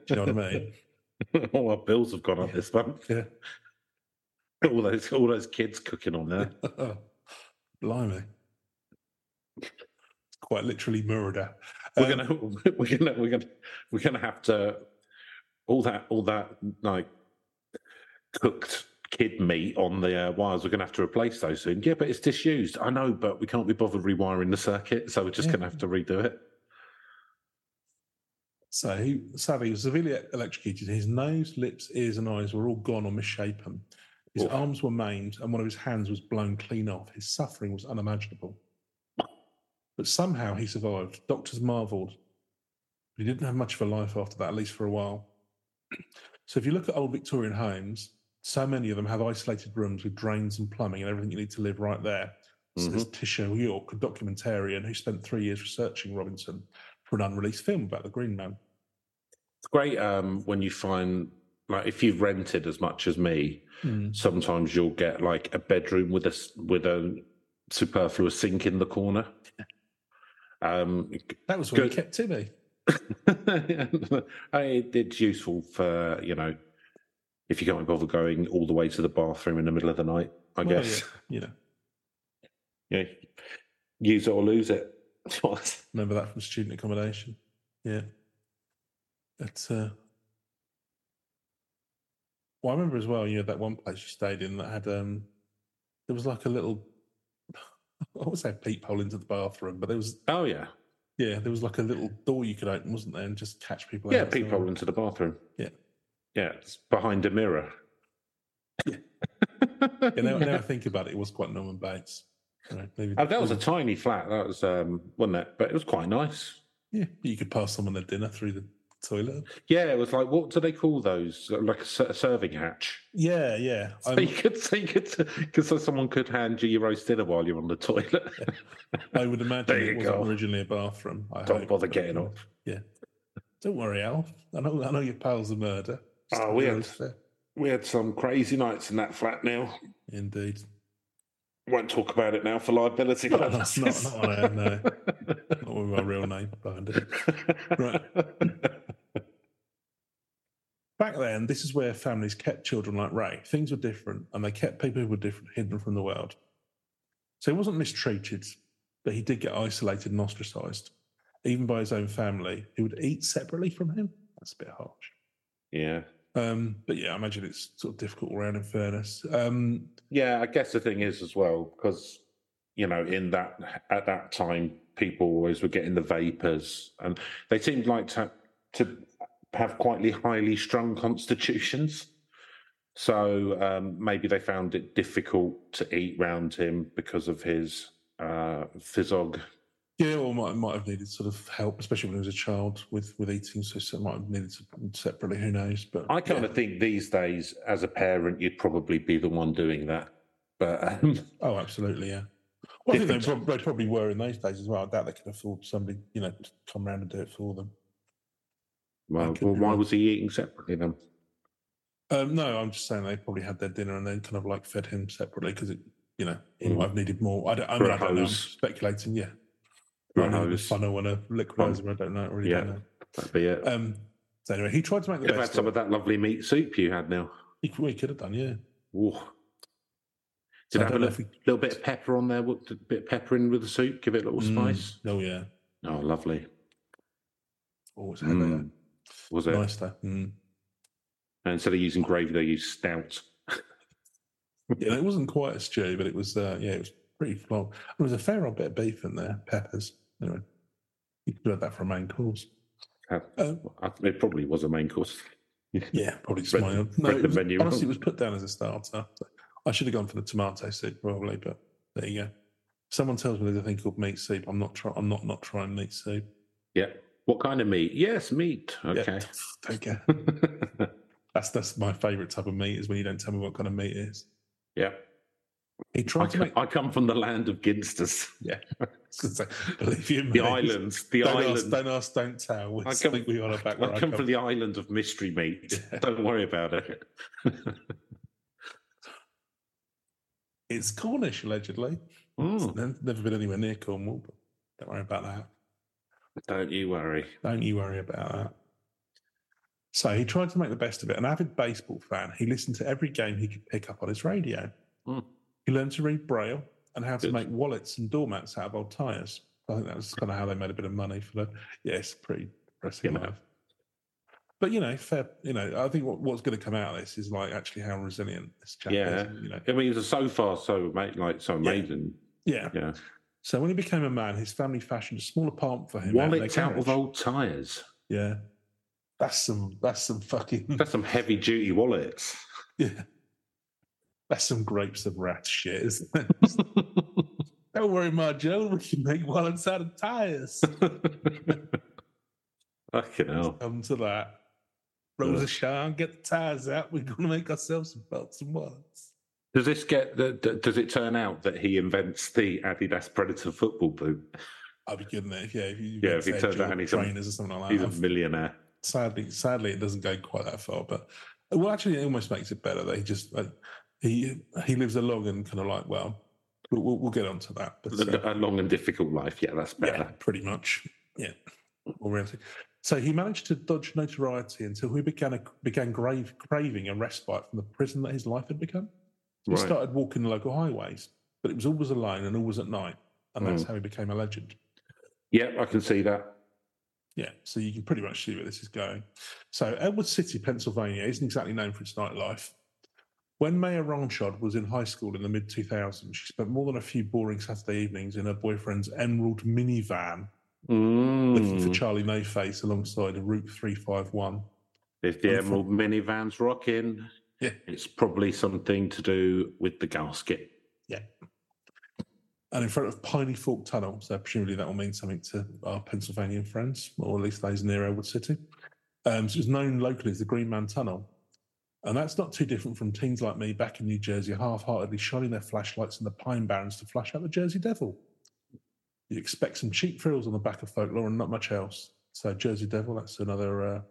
S3: you know what I mean?
S2: all our bills have gone up this month.
S3: Yeah.
S2: All those, all those kids cooking on there.
S3: Blimey. It's quite literally murder.
S2: we're
S3: Um,
S2: gonna, we're gonna, we're gonna, we're gonna have to all that, all that like cooked kid meat on the uh, wires. We're gonna have to replace those soon. Yeah, but it's disused. I know, but we can't be bothered rewiring the circuit, so we're just
S3: Yeah.
S2: gonna have to redo it.
S3: So, he, sadly, he was severely electrocuted. His nose, lips, ears, and eyes were all gone or misshapen. His
S2: Oof.
S3: arms were maimed, and one of his hands was blown clean off. His suffering was unimaginable. But somehow he survived. Doctors marveled. He didn't have much of a life after that, at least for a while. So, if you look at old Victorian homes, so many of them have isolated rooms with drains and plumbing and everything you need to live right there. So
S2: Mm-hmm.
S3: there's Tisha York, a documentarian who spent three years researching Robinson for an unreleased film about the Green Man.
S2: It's great um, when you find like if you've rented as much as me, sometimes you'll get like a bedroom with a s- with a superfluous sink in the corner. Um,
S3: That was when he
S2: Good.
S3: kept Timmy.
S2: I- it's useful for you know if you can't bother going all the way to the bathroom in the middle of the night. I
S3: Well,
S2: guess
S3: You know,
S2: yeah. use it or lose it. Oh,
S3: remember that from student accommodation. Yeah. But, uh, well, I remember as well, you know, that one place you stayed in that had, um, there was like a little, I would say peephole into the bathroom, but there was,
S2: oh yeah,
S3: yeah, there was like a little door you could open, wasn't there, and just catch people
S2: yeah,
S3: out. So-
S2: peephole into the bathroom.
S3: Yeah.
S2: yeah, it's behind a mirror.
S3: Yeah, now, now I think about it, it was quite Norman Bates. You know, maybe-
S2: Oh, that was a tiny flat. That was um, wasn't it? But it was quite nice.
S3: yeah, you could pass someone their dinner through the toilet.
S2: Yeah, it was like what do they call those? Like a, ser- a serving hatch.
S3: Yeah, yeah.
S2: So
S3: I'm-
S2: you could, so you could, because so someone could hand you your roast dinner while you're on the toilet.
S3: I would imagine
S2: There
S3: it
S2: you
S3: wasn't
S2: go.
S3: originally a bathroom. I
S2: Don't
S3: hope,
S2: bother
S3: but,
S2: getting
S3: you know.
S2: up.
S3: Don't worry, Alf. I know, I know your pal's a murder. Just
S2: Oh, we had-
S3: goes there.
S2: We had some crazy nights in that flat. Now
S3: Indeed.
S2: won't talk about it now for liability
S3: No, that's not,
S2: purposes.
S3: not on air, no. Not with my real name behind it. Right. Back then, this is where families kept children like Ray. Things were different, and they kept people who were different hidden from the world. So he wasn't mistreated, but he did get isolated and ostracized, even by his own family, who would eat separately from him. That's a bit harsh.
S2: Yeah,
S3: Um, but yeah, I imagine it's sort of difficult all around in fairness. Um,
S2: yeah. I guess the thing is as well because you know in that at that time people always were getting the vapors, and they seemed like to to have quite highly strung constitutions. So um, maybe they found it difficult to eat round him because of his uh, physog.
S3: yeah, or might might have needed sort of help, especially when he was a child with with eating. So so might have needed to, separately. Who knows? But
S2: I kind
S3: yeah.
S2: of think these days, as a parent, you'd probably be the one doing that. But um,
S3: oh, absolutely, yeah. Well, I think they,
S2: Different-
S3: prob- they probably were in those days as well. I doubt they could afford somebody, you know, to come round and do it for them.
S2: well,
S3: could
S2: well,
S3: be
S2: why
S3: wrong.
S2: was he eating separately then?
S3: Um, no, I'm just saying they probably had their dinner and then kind of like fed him separately because it, you know, he
S2: Mm.
S3: might have needed more. I don't, I, mean, I don't know. I'm
S2: Perhaps.
S3: speculating, yeah.
S2: Right,
S3: Might have
S2: I
S3: needed a
S2: was-
S3: funnel and a liquidizer. I don't know. I really don't
S2: Yeah.
S3: know.
S2: that'd be it.
S3: Um, so anyway, he tried to make the
S2: Could have had
S3: best.
S2: some
S3: of
S2: of
S3: it.
S2: that lovely meat soup you had now.
S3: He, we could have done, yeah.
S2: Ooh. Did
S3: I
S2: I have a
S3: don't
S2: little,
S3: know if we-
S2: little bit of pepper on there? What- A bit of pepper in with the soup? Give it a little
S3: Mm.
S2: spice.
S3: Oh yeah.
S2: Oh, lovely.
S3: Oh, it's
S2: Mm. Was it?
S3: nice though. Mm.
S2: And instead of using gravy, they used stout.
S3: Yeah, it wasn't quite a stew, but it was. Uh, yeah, it was pretty long. There was a fair old bit of beef in there, peppers. Anyway, you could have that for a main course.
S2: Uh,
S3: Um,
S2: I- It probably was a main course.
S3: Yeah, probably just
S2: Read-
S3: my own.
S2: read
S3: it
S2: the
S3: was,
S2: menu
S3: honestly,
S2: wrong.
S3: it was put down as a starter. I should have gone for the tomato soup probably, but there you go. Someone tells me there's a thing called meat soup. I'm not trying. I'm not not trying meat soup.
S2: Yeah. What kind of meat? Yes, meat.
S3: Yeah,
S2: Okay.
S3: don't care.
S2: Yeah.
S3: That's that's my favourite type of meat is when you don't tell me what kind of meat it is. He
S2: I,
S3: tried to
S2: co-
S3: make.
S2: I come from the land of ginsters,
S3: believe you,
S2: the
S3: me.
S2: islands, the
S3: Don't ask,
S2: island.
S3: don't ask, don't tell. We
S2: I come-
S3: think we on a back. where
S2: I come from the island of mystery meat.
S3: Yeah.
S2: Don't worry about it.
S3: It's Cornish allegedly.
S2: Mm,
S3: It's ne- never been anywhere near Cornwall. But don't worry about that.
S2: don't you worry.
S3: Don't you worry about that. So he tried to make the best of it. An avid baseball fan, he listened to every game he could pick up on his radio.
S2: Hmm.
S3: He learned to read Braille and how to
S2: Good.
S3: make wallets and doormats out of old tyres. I think that was kind of how they made a bit of money for the. Yeah, it's pretty depressing.
S2: Yeah.
S3: life. But you know, fair. You know, I think what, what's going to come out of this is like actually how resilient this chap
S2: Yeah.
S3: is. You know,
S2: I mean, it's so far so ama- like so
S3: Yeah.
S2: amazing.
S3: yeah.
S2: Yeah,
S3: So when he became a man, his family fashioned a small apartment for him. out in their
S2: wallets out of
S3: garage.
S2: old tires.
S3: Yeah, that's some. That's some fucking.
S2: That's some heavy duty wallets.
S3: Yeah. That's some grapes of rat shit, isn't it? Don't worry, Marjo, we can make wallets out of tires.
S2: Fucking hell.
S3: Come to that. Rosa
S2: Ugh.
S3: Sean, get the tires out. We're going to make ourselves some belts and wallets.
S2: Does this get? The, d- does it turn out that he invents the Adidas Predator football boot?
S3: I'd be good in it. Yeah, if you,
S2: Yeah, if he turns out and he's a-
S3: trainers or something like
S2: He's
S3: that.
S2: a millionaire.
S3: sadly, sadly, it doesn't go quite that far. But well, actually, it almost makes it better that he just like, he he lives along and kind of like, well, we'll, we'll, we'll get onto that. But, uh,
S2: A long and difficult life. Yeah, that's
S3: Yeah,
S2: better.
S3: Uh, pretty much. Yeah, all reality. So he managed to dodge notoriety until he began a, began grave, craving a respite from the prison that his life had become. He
S2: Right.
S3: started walking the local highways, but it was always alone and always at night, and that's
S2: Mm.
S3: how he became a legend.
S2: Yep, I can see that.
S3: Yeah, so you can pretty much see where this is going. So Edward City, Pennsylvania, isn't exactly known for its nightlife. When Maya Ronshod was in high school in the mid 2000s, she spent more than a few boring Saturday evenings in her boyfriend's emerald minivan looking for
S2: Mm.
S3: Charlie No Face alongside a Route 351.
S2: If the
S3: I'm
S2: Emerald minivan's rocking,
S3: Yeah.
S2: it's probably something to do with the gasket.
S3: And in front of Piney Fork Tunnel, so presumably that will mean something to our Pennsylvania friends, or at least those near Elwood City. Um, so it's known locally as the Green Man Tunnel. And that's not too different from teens like me back in New Jersey, half heartedly shining their flashlights in the Pine Barrens to flash out the Jersey Devil. You expect some cheap thrills on the back of folklore and not much else. So, Jersey Devil, that's another uh,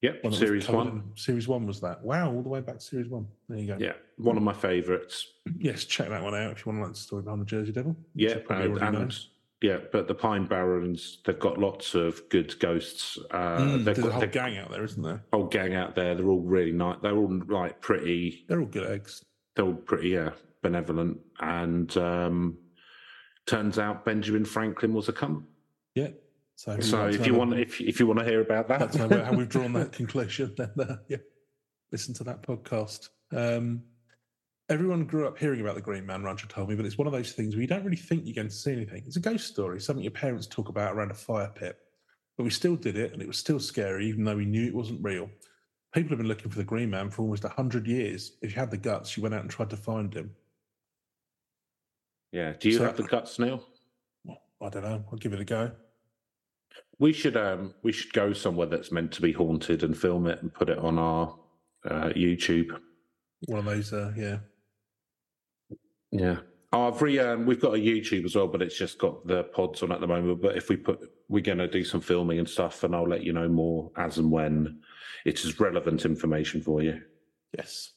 S2: Yep,
S3: one that was
S2: series
S3: covered
S2: one.
S3: in- series one was that. Wow, all the way back to series one. There you go
S2: Yeah, one of my favourites.
S3: yes, check that one out if you want to like the story behind the Jersey Devil. which
S2: Yeah,
S3: I probably
S2: and,
S3: already know.
S2: and- yeah, but the Pine Barrens, they've got lots of good ghosts. Uh,
S3: Mm,
S2: they've
S3: there's a
S2: got
S3: whole
S2: their
S3: gang out there, isn't there?
S2: whole gang out there. They're all really nice. They're all like pretty.
S3: They're all good eggs.
S2: They're all pretty, yeah, benevolent. And um, turns out Benjamin Franklin was a cunt.
S3: Yeah. So, would
S2: So
S3: like
S2: if
S3: have
S2: you
S3: a-
S2: want, if if you want to hear about
S3: like to know about how
S2: that,
S3: we've drawn that conclusion, then uh, yeah, listen to that podcast. Um, everyone grew up hearing about the Green Man. Roger told me, but it's one of those things where you don't really think you're going to see anything. It's a ghost story, something your parents talk about around a fire pit. But we still did it, and it was still scary, even though we knew it wasn't real. People have been looking for the Green Man for almost hundred years. If you had the guts, you went out and tried to find him.
S2: yeah. Do you
S3: So-
S2: have the guts, Neil?
S3: Well, I don't know. I'll give it a go.
S2: We should um we should go somewhere that's meant to be haunted and film it and put it on our uh, YouTube.
S3: One of those, uh, yeah.
S2: Yeah. I've re um, we've got a YouTube as well, but it's just got the pods on at the moment. But if we put we're gonna do some filming and stuff and I'll let you know more as and when it is relevant information for you.
S3: Yes.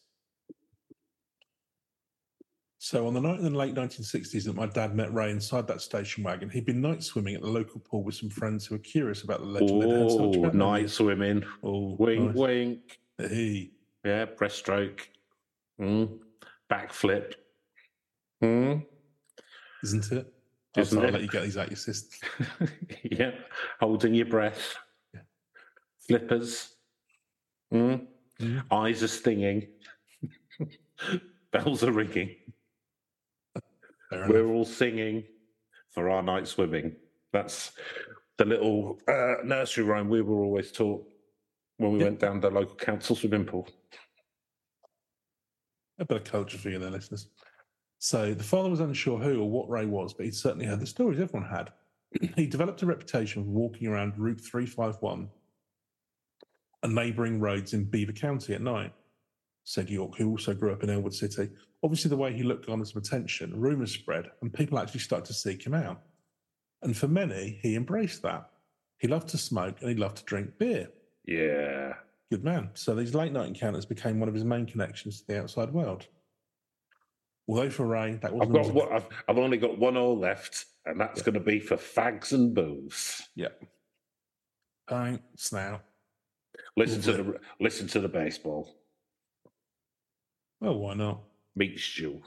S3: So on the night in the late 1960s that my dad met Ray inside that station wagon, he'd been night swimming at the local pool with some friends who were curious about the legend. they'd had so much
S2: Oh
S3: about
S2: night
S3: it.
S2: swimming.
S3: Oh,
S2: Wink
S3: nice.
S2: wink.
S3: Hey.
S2: Yeah, breaststroke. Mm. Hmm. Backflip. Hmm?
S3: isn't it? I'll-
S2: Isn't
S3: I'll
S2: it?
S3: let you get these out your system.
S2: yeah, holding your breath,
S3: Yeah.
S2: flippers, mm.
S3: Mm.
S2: eyes are stinging, bells are ringing.
S3: Fair
S2: We're
S3: enough.
S2: all singing for our night swimming. That's the little uh, nursery rhyme we were always taught when we
S3: Yeah.
S2: went down the local council swimming pool.
S3: A bit of culture for you there, listeners. So the father was unsure who or what Ray was, but he'd certainly heard the stories everyone had. he developed a reputation for walking around Route 351 and neighbouring roads in Beaver County at night, said York, who also grew up in Elwood City. Obviously, the way he looked garnered some attention, rumours spread, and people actually started to seek him out. And for many, he embraced that. He loved to smoke and he loved to drink beer.
S2: Yeah.
S3: Good man. So these late night encounters became one of his main connections to the outside world. Although for Ray, that
S2: I've
S3: wasn't
S2: got
S3: always-
S2: what I've, I've only got one all left, and that's going to be for fags and booze.
S3: Don't snout.
S2: Listen to the listen to the baseball.
S3: Well, why not?
S2: Meat stew.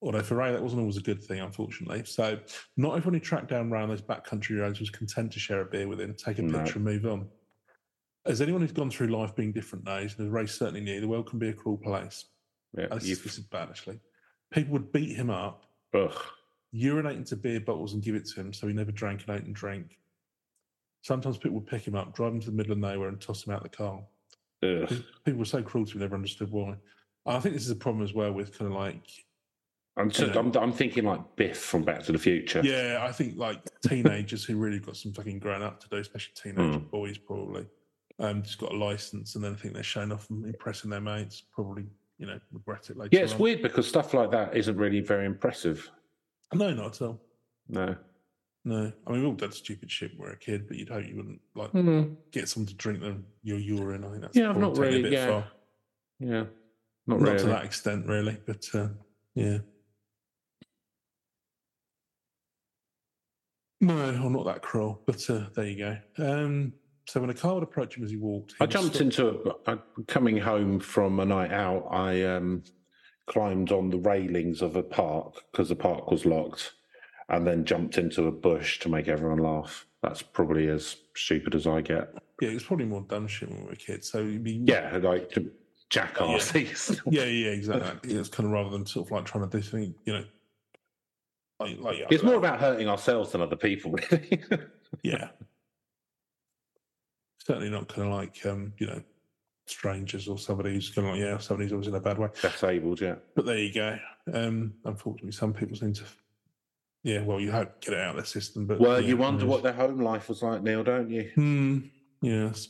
S3: Although for Ray, that wasn't always a good thing, unfortunately. So not everyone who tracked down Ray on those backcountry roads was content to share a beer with him, take a
S2: No.
S3: picture, and move on. As anyone who's gone through life being different knows, and as Ray certainly knew, the world can be a cruel place.
S2: Yeah,
S3: This,
S2: you've-
S3: this is bad, actually. People would beat him up
S2: ugh.
S3: urinate into beer bottles and give it to him so he never drank and ate and drank. Sometimes people would pick him up, drive him to the middle of nowhere and toss him out the car.
S2: Ugh.
S3: People were so cruel to him, never understood why. I think this is a problem as well with kind of like,
S2: I'm, so,
S3: Yeah.
S2: I'm, I'm thinking like Biff from Back to the Future.
S3: yeah, I think like teenagers who really got some fucking growing up to do, especially teenage
S2: Hmm.
S3: boys probably, um, just got a license and then think they're showing off and impressing their mates, probably, you know, regret it later.
S2: Yeah, it's
S3: on.
S2: weird because stuff like that isn't really very impressive.
S3: No, not at all.
S2: No.
S3: No. I mean, we all done stupid shit when we were a kid, but you'd hope you wouldn't like
S2: Mm,
S3: get someone to drink them your urine. I think that's
S2: Yeah, I've
S3: probably
S2: not
S3: taking
S2: really-
S3: a bit
S2: yeah,
S3: far.
S2: yeah. Not,
S3: Not
S2: really.
S3: to that extent, really, but uh, yeah. No, I'm not that cruel, but uh, there you go. Um, so when a car would approach him as he walked, he
S2: I
S3: would
S2: jumped
S3: stop-
S2: into a, I- coming home from a night out. I um, climbed on the railings of a park because the park was locked, and then jumped into a bush to make everyone laugh. That's probably as stupid as I get.
S3: Yeah, it was probably more dumb shit when we were kids. So it'd be,
S2: Yeah, like to jackass.
S3: yeah, yeah, exactly. it's kind of rather than sort of like trying to do something, you know, like, like I
S2: It's
S3: don't
S2: more
S3: know.
S2: about hurting ourselves than other people. Really.
S3: yeah. Certainly not kind of like um, you know, strangers or somebody who's kind of like yeah, somebody who's always in a bad way.
S2: Disabled, yeah.
S3: But there you go. Um, unfortunately, some people seem to, yeah. Well, you hope get it out of their system, but
S2: Well,
S3: yeah,
S2: you
S3: who
S2: wonder
S3: knows?
S2: what their home life was like, Neil, don't you?
S3: Hmm. Yes.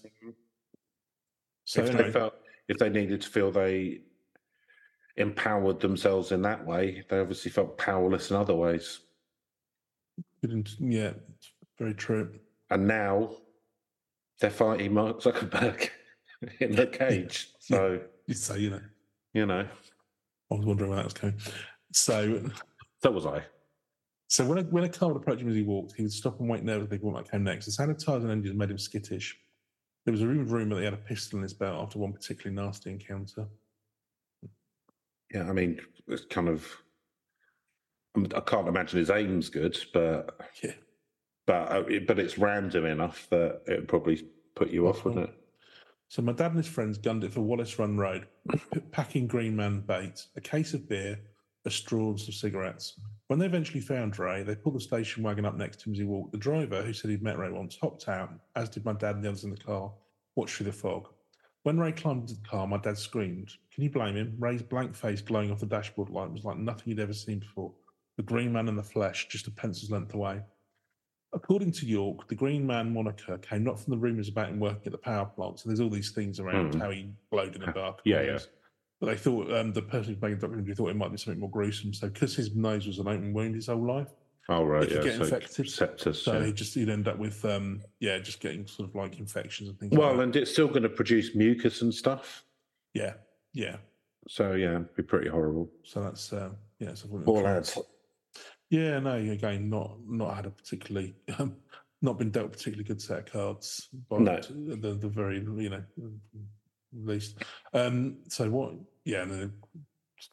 S3: So
S2: if
S3: anyway,
S2: they felt if they needed to feel they empowered themselves in that way, they obviously felt powerless in other ways.
S3: couldn't- yeah, it's very true.
S2: And now they're fighting Mark Zuckerberg in the cage. So
S3: So you know,
S2: you know,
S3: I was wondering where that was going. So,
S2: so was I.
S3: so when a, when a car would approach him as he walked, he would stop and wait nervously for what might come next. The sound of tires and engines made him skittish. There was a rumored rumor that he had a pistol in his belt after one particularly nasty encounter.
S2: Yeah, I mean, it's kind of. I mean, I can't imagine his aim's good, but
S3: Yeah.
S2: but uh, it- but it's random enough that it would probably put you off, wouldn't it?
S3: So my dad and his friends gunned it for Wallace Run Road, p- packing Green Man bait, a case of beer, a straw, and some cigarettes. When they eventually found Ray, they pulled the station wagon up next to him as he walked. The driver, who said he'd met Ray once, hopped out, as did my dad and the others in the car, watched through the fog. When Ray climbed into the car, my dad screamed. Can you blame him? Ray's blank face glowing off the dashboard light was like nothing he'd ever seen before. The Green Man in the flesh, just a pencil's length away. According to York, the Green Man moniker came not from the rumours about him working at the power plant. So there's all these things around
S2: Hmm.
S3: how he glowed in the dark.
S2: Yeah,
S3: and
S2: yeah.
S3: things. But they thought um, the person who's making the documentary thought it might be something more gruesome. So because his nose was an open wound his whole life,
S2: Oh right,
S3: It
S2: yeah.
S3: could get
S2: so
S3: infected.
S2: septus,
S3: so
S2: yeah.
S3: he just he'd end up with um, yeah, just getting sort of like infections and things. like
S2: Well,
S3: that.
S2: and it's still going to produce mucus and stuff.
S3: yeah, yeah.
S2: So yeah, it'd be pretty horrible.
S3: So that's uh, yeah, so
S2: Poor lads.
S3: Yeah, no, again, not not had a particularly um, not been dealt a particularly good set of cards by
S2: No.
S3: the, the very you know least. Um, so what? Yeah, and then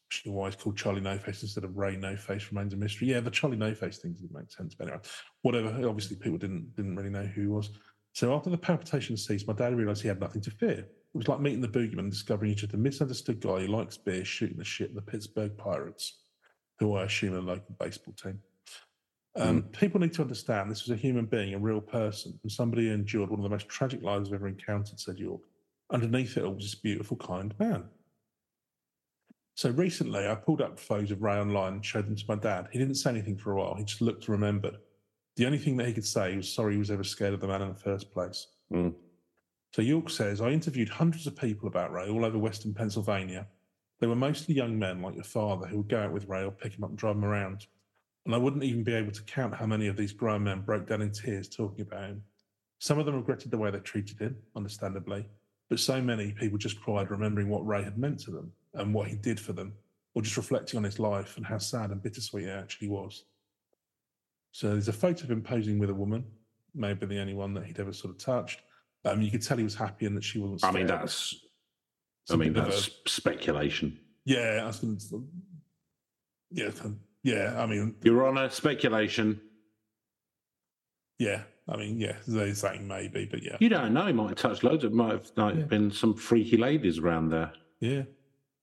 S3: actually why it's called Charlie No Face instead of Ray No Face remains a mystery. Yeah, the Charlie No Face thing didn't make sense, but anyway, whatever. Obviously, people didn't didn't really know who he was. So after the palpitations ceased, my dad realised he had nothing to fear. It was like meeting the boogeyman and discovering he's just a misunderstood guy who likes beer, shooting the shit, the Pittsburgh Pirates, who I assume are a local baseball team. Um, People need to understand this was a human being, a real person, and somebody who endured one of the most tragic lives I've ever encountered, said York. Underneath it all was this beautiful, kind man. So recently, I pulled up photos of Ray online and showed them to my dad. He didn't say anything for a while. He just looked remembered. The only thing that he could say was sorry he was ever scared of the man in the first place.
S2: Mm.
S3: So York says, I interviewed hundreds of people about Ray all over Western Pennsylvania. They were mostly young men like your father who would go out with Ray or pick him up and drive him around. And I wouldn't even be able to count how many of these grown men broke down in tears talking about him. Some of them regretted the way they treated him, understandably, but so many people just cried remembering what Ray had meant to them and what he did for them, or just reflecting on his life and how sad and bittersweet it actually was. So there's a photo of him posing with a woman, maybe the only one that he'd ever sort of touched. Um, you could tell he was happy and that she wasn't.
S2: I mean,
S3: scared.
S2: that's
S3: It's
S2: I
S3: a
S2: mean
S3: bit of a-
S2: that's speculation.
S3: yeah, I was gonna, yeah, um, yeah. I mean,
S2: Your Honour, speculation.
S3: yeah, I mean, yeah. They're saying maybe, but yeah,
S2: You don't know. He might have touched loads. It might have like,
S3: Yeah.
S2: been some freaky ladies around there.
S3: yeah.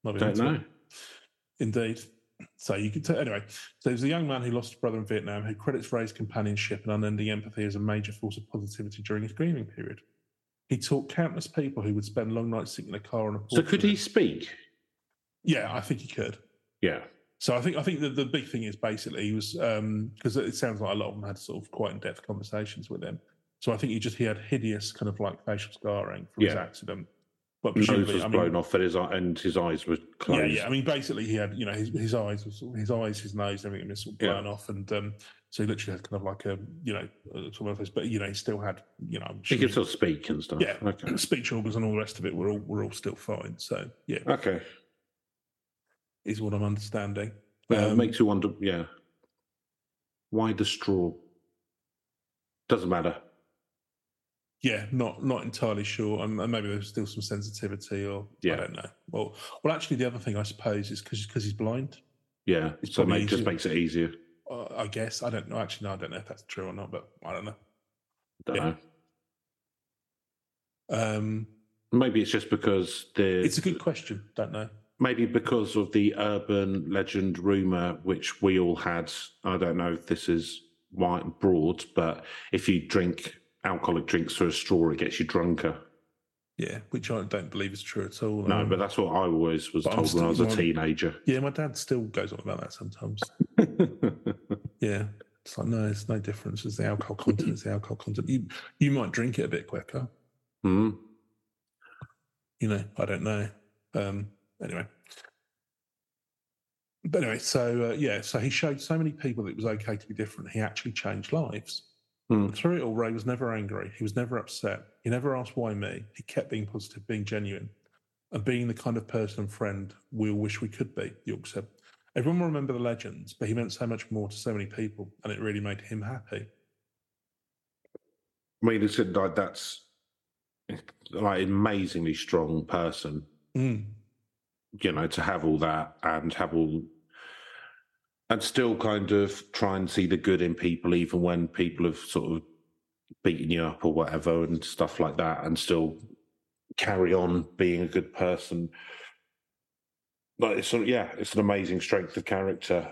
S3: Might be
S2: Don't
S3: into it.
S2: know.
S3: Indeed. So you could tell. Anyway, so there's a young man who lost his brother in Vietnam who credits Ray's companionship and unending empathy as a major force of positivity during his grieving period. He taught countless people who would spend long nights sitting in a car on a porch.
S2: So could
S3: with
S2: he
S3: him.
S2: speak?
S3: Yeah, I think he could.
S2: Yeah.
S3: So I think I think the, the big thing is basically he was because it sounds like a lot of them had sort of quite in depth conversations with him. So I think he just he had hideous kind of like facial scarring from his
S2: Yeah.
S3: accident. But
S2: Nose
S3: presumably,
S2: was
S3: I mean,
S2: blown off, and his eye- and his eyes were closed.
S3: Yeah, yeah. I mean, basically, he had you know his, his eyes, was sort of- his eyes, his nose, everything was sort of
S2: Yeah.
S3: blown off, and um, so he literally had kind of like a you know uh, sort of those, but you know he still had you know I'm
S2: He
S3: assuming
S2: could still speak and stuff.
S3: Yeah.
S2: Okay.
S3: speech organs and all the rest of it were all were all still fine. So yeah,
S2: Okay.
S3: is what I'm understanding.
S2: Well, it
S3: Um,
S2: makes you wonder. Yeah. Why the straw? Doesn't matter.
S3: yeah, not not entirely sure, and, and maybe there's still some sensitivity, or I
S2: Yeah.
S3: don't know. Well, well, actually, the other thing I suppose is because because he's blind.
S2: Yeah.
S3: It's
S2: so it
S3: probably
S2: make- just
S3: easier.
S2: makes it easier.
S3: Uh, I guess I don't know. Actually, no, I don't know if that's true or not, but I don't know.
S2: Don't
S3: Yeah.
S2: know.
S3: Um,
S2: Maybe it's just because the
S3: it's a good question. Don't know.
S2: maybe because of the urban legend rumor which we all had i don't know if this is wide and broad but if you drink alcoholic drinks through a straw it gets you drunker
S3: Yeah, which I don't believe is true at all.
S2: no
S3: Um,
S2: but that's what i always was
S3: but I'm
S2: told when i was
S3: still
S2: a
S3: not-
S2: teenager
S3: yeah, my dad still goes on about that sometimes. yeah, it's like no, it's no difference. It's the alcohol content. It's the alcohol content. You you might drink it a bit quicker.
S2: Hmm.
S3: You know, I don't know. Um, anyway, but anyway, so uh, yeah, so he showed so many people that it was okay to be different. He actually changed lives.
S2: Hmm.
S3: Through it all, Ray was never angry. He was never upset. He never asked why me. He kept being positive, being genuine, and being the kind of person and friend we all wish we could be, York said. Everyone will remember the legends, but he meant so much more to so many people, and it really made him happy.
S2: i mean it's like that's like an amazingly strong person
S3: Mm.
S2: you know to have all that and have all and still kind of try and see the good in people even when people have sort of beaten you up or whatever and stuff like that and still carry on being a good person but it's sort of, yeah it's an amazing strength of character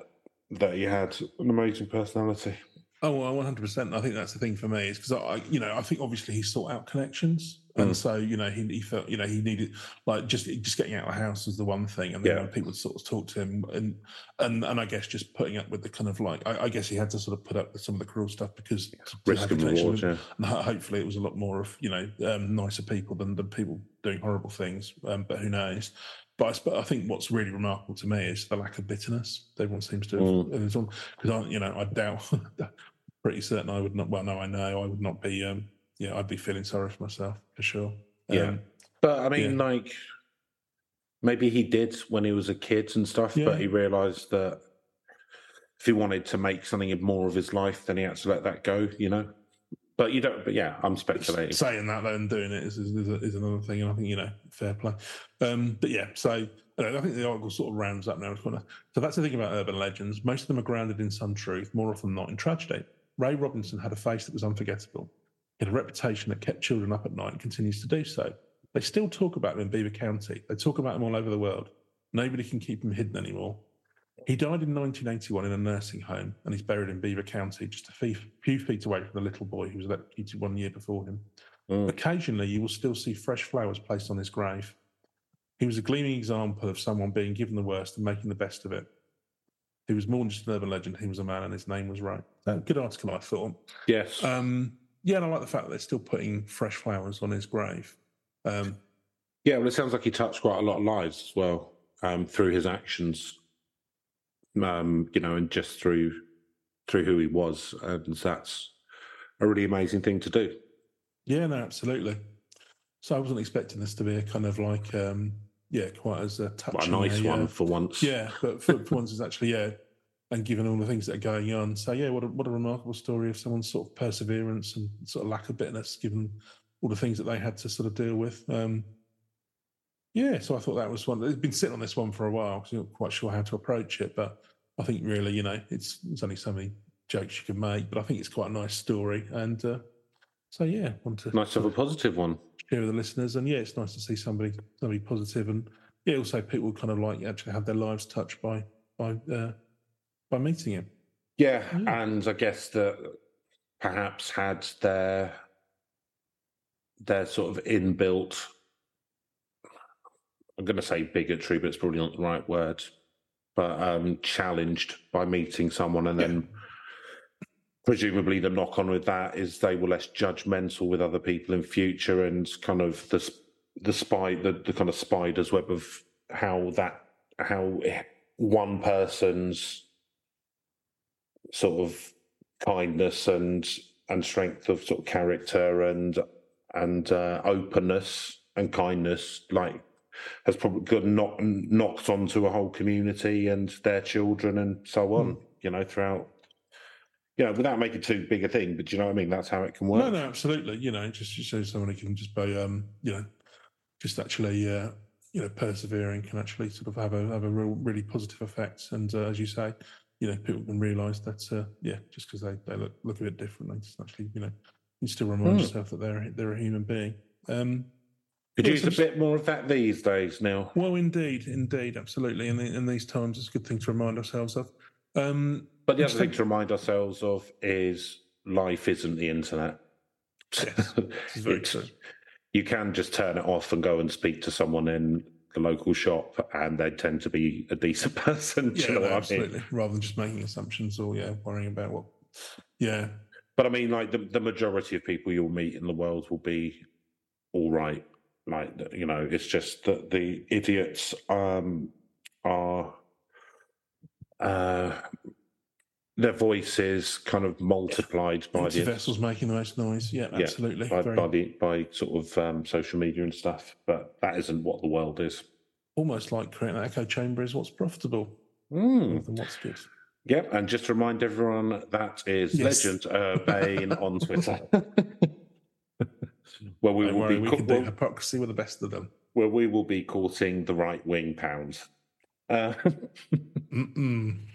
S2: that he had an amazing personality
S3: Oh, well, 100%. I think that's the thing for me is because I, you know, I think obviously he sought out connections. And
S2: Mm.
S3: so, you know, he, he felt, you know, he needed like just just getting out of the house was the one thing. And then
S2: Yeah.
S3: when people would sort of talk to him and, and, and I guess just putting up with the kind of like, I, I guess he had to sort of put up with some of the cruel stuff because to have
S2: risk
S3: the
S2: and
S3: connection
S2: reward
S3: with-
S2: yeah
S3: and ho- hopefully it was a lot more of you know um, nicer people than than people doing horrible things. Um, but who knows? But I, sp- I think what's really remarkable to me is the lack of bitterness. that Everyone seems to have,
S2: Mm.
S3: and it's on because I, you know, I doubt, pretty certain I would not. Well, no, I know I would not be. Um, yeah, I'd be feeling sorry for myself for sure.
S2: Yeah.
S3: Um,
S2: But I mean, like, maybe he did when he was a kid and stuff,
S3: Yeah.
S2: but he realized that if he wanted to make something more of his life, then he had to let that go, you know? But you don't, but yeah, I'm speculating.
S3: saying that though and doing it is, is, is, is another thing, and I think you know, fair play. Um, but yeah, so you know, I think the article sort of rounds up now. So that's the thing about urban legends. Most of them are grounded in some truth, more often not in tragedy. Ray Robinson had a face that was unforgettable. He had a reputation that kept children up at night and continues to do so. They still talk about him in Beaver County. They talk about him all over the world. Nobody can keep him hidden anymore. He died in 1981 in a nursing home and he's buried in Beaver County, just a few, few feet away from the little boy who was electrocuted one year before him.
S2: Mm.
S3: Occasionally, you will still see fresh flowers placed on his grave. He was a gleaming example of someone being given the worst and making the best of it. He was more than just an urban legend. He was a man and his name was right. So, good article, I thought.
S2: Yes.
S3: Um, yeah, and I like the fact that they're still putting fresh flowers on his grave. Um,
S2: yeah. Well, it sounds like he touched quite a lot of lives as well um, through his actions. Um, you know, and just through through who he was, and that's a really amazing thing to do.
S3: Yeah, no, absolutely. So I wasn't expecting this to be a kind of like, um, yeah, quite as a
S2: What a
S3: touching,
S2: nice
S3: a, uh,
S2: one for once.
S3: yeah, but for, for once, it's actually yeah, and given all the things that are going on, so yeah, what a, what a remarkable story of someone's sort of perseverance and sort of lack of bitterness, given all the things that they had to sort of deal with. Um, yeah, so I thought that was one. It's been sitting on this one for a while because I'm not quite sure how to approach it, but I think really, you know, it's there's only so many jokes you can make, but I think it's quite a nice story, and uh, so yeah, want to
S2: Nice to have a positive one.
S3: share with the listeners. And yeah, it's nice to see somebody somebody positive and yeah, also people kind of like actually have their lives touched by by uh, by meeting him.
S2: Yeah,
S3: Mm.
S2: and I guess that perhaps had their their sort of inbuilt. I'm going to say bigotry, but it's probably not the right word. But um, challenged by meeting someone, and then presumably the knock on with that is they were less judgmental with other people in future, and kind of the s- the spy the, the kind of spider's web of how that how one person's sort of kindness and and strength of sort of character and and uh, openness and kindness like has probably got knock, knocked onto a whole community and their children and
S3: Hmm.
S2: so on you know throughout you know without making too big a thing but do you know what i mean that's how it can work
S3: No, no, absolutely. You know, just just so somebody can just by um, you know, just actually uh, you know, persevering can actually sort of have a have a real really positive effect. And uh, as you say, you know, people can realise that uh, yeah, just because they, they look look a bit different, they just actually you know, you still remind
S2: Hmm.
S3: yourself that they're they're a human being. Um,
S2: could
S3: Yeah,
S2: use a
S3: some-
S2: bit more of that these days now
S3: Well, indeed, indeed, absolutely. And in, in these times, it's a good thing to remind ourselves of. Um,
S2: but the
S3: Which
S2: other thing
S3: thing-
S2: to remind ourselves of is life isn't the internet
S3: yes, this is very
S2: It's-
S3: true.
S2: you can just turn it off and go and speak to someone in the local shop, and they tend to be a decent person. do
S3: Yeah,
S2: you know
S3: no,
S2: what I mean?
S3: absolutely. Rather than just making assumptions or yeah, worrying about what. Yeah,
S2: But I mean, like the, the majority of people you'll meet in the world will be all right. Like you know, it's just that the idiots um, are uh, their voice is kind of multiplied by
S3: empty
S2: the
S3: vessels making the most noise. Yeah,
S2: Yeah,
S3: absolutely.
S2: by,
S3: very,
S2: by the by sort of um, social media and stuff. But that isn't what the world is.
S3: Almost like creating an echo chamber is what's profitable
S2: Mm.
S3: rather than what's good.
S2: Yep, and just to remind everyone that is
S3: Yes.
S2: Legend Urbane on Twitter. where we
S3: Don't
S2: will
S3: worry,
S2: be
S3: we
S2: ca-
S3: can do
S2: where-
S3: hypocrisy with the best of them.
S2: where we will be courting the right wing pounds. Uh,
S3: Mm-mm.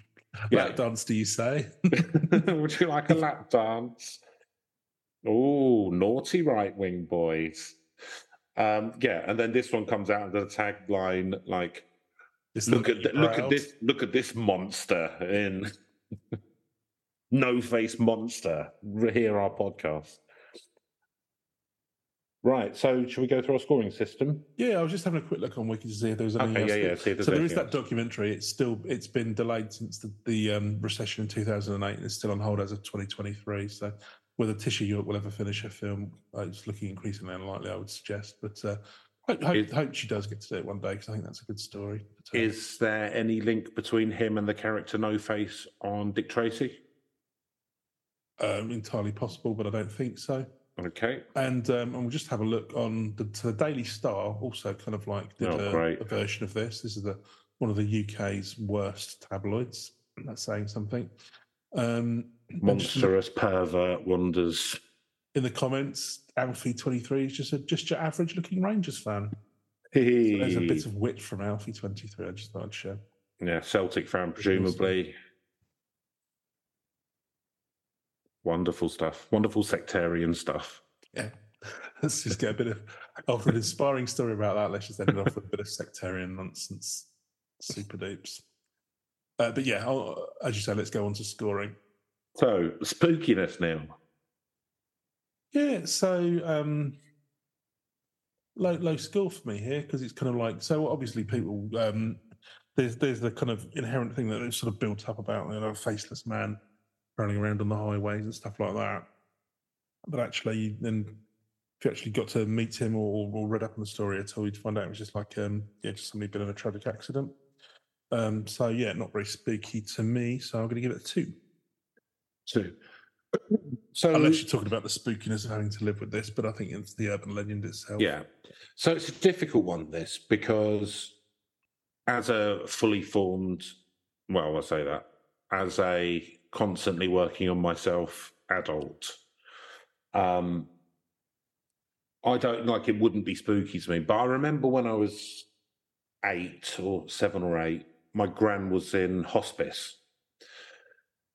S2: Yeah.
S3: Lap dance, do you say?
S2: would you like a lap dance? Oh, naughty right wing boys. Um, yeah, and then this one comes out under the tagline like
S3: Just
S2: look at th- look at
S3: proud.
S2: this look at this monster in no face monster Re- hear our podcast right so should we go through our scoring system
S3: Yeah, I was just having a quick look on Wiki to see if there was E anything
S2: okay
S3: else
S2: yeah
S3: that-
S2: yeah see if there's
S3: so there is
S2: anything
S3: that
S2: else.
S3: documentary. It's still it's been delayed since the, the um, recession in two thousand and eight, and it's still on hold as of twenty twenty three. So whether Tissue Europe will ever finish her film, uh, it's looking increasingly unlikely. I would suggest, but uh, hope, hope,
S2: Is-
S3: hope she does get to do it one day because I think that's a good story. But, uh,
S2: is there any link between him and the character no face on dick tracy
S3: um, entirely possible, but I don't think so.
S2: okay
S3: And um, and we'll just have a look on the, to the Daily Star. Also, kind of like did
S2: Oh,
S3: a,
S2: great.
S3: a version of this. This is the one of the UK's worst tabloids. That's saying something. Um, and just in the-
S2: monstrous pervert wonders
S3: in the comments, Alfie twenty three is just a, just your average looking Rangers fan. So there's a
S2: Hey.
S3: bit of wit from Alfie twenty three. I just thought I'd share.
S2: Yeah, Celtic fan, presumably. Wonderful stuff. Wonderful sectarian stuff.
S3: Yeah. Let's just get a bit of after an inspiring story about that. Let's just end it off with a bit of sectarian nonsense. Super dupes. Uh, but yeah, I'll, as you say, let's go on to scoring.
S2: So, spookiness now.
S3: Yeah, so um, low low score for me here because it's kind of like so obviously people um, there's there's the kind of inherent thing that is sort of built up about you know, a faceless man running around on the highways and stuff like that. But actually, then if you actually got to meet him or, or read up on the story at all, you'd find out it was just like um, yeah, just somebody been in a tragic accident. Um, so yeah, not very spooky to me. So I'm going to give it a two.
S2: Two. So,
S3: Unless you're talking about the spookiness of having to live with this, but I think it's the urban legend itself.
S2: yeah. So, it's a difficult one, this, because as a fully formed, well, I say that, as a constantly working on myself adult, um, I don't like it wouldn't be spooky to me. But I remember when I was eight or seven or eight, my gran was in hospice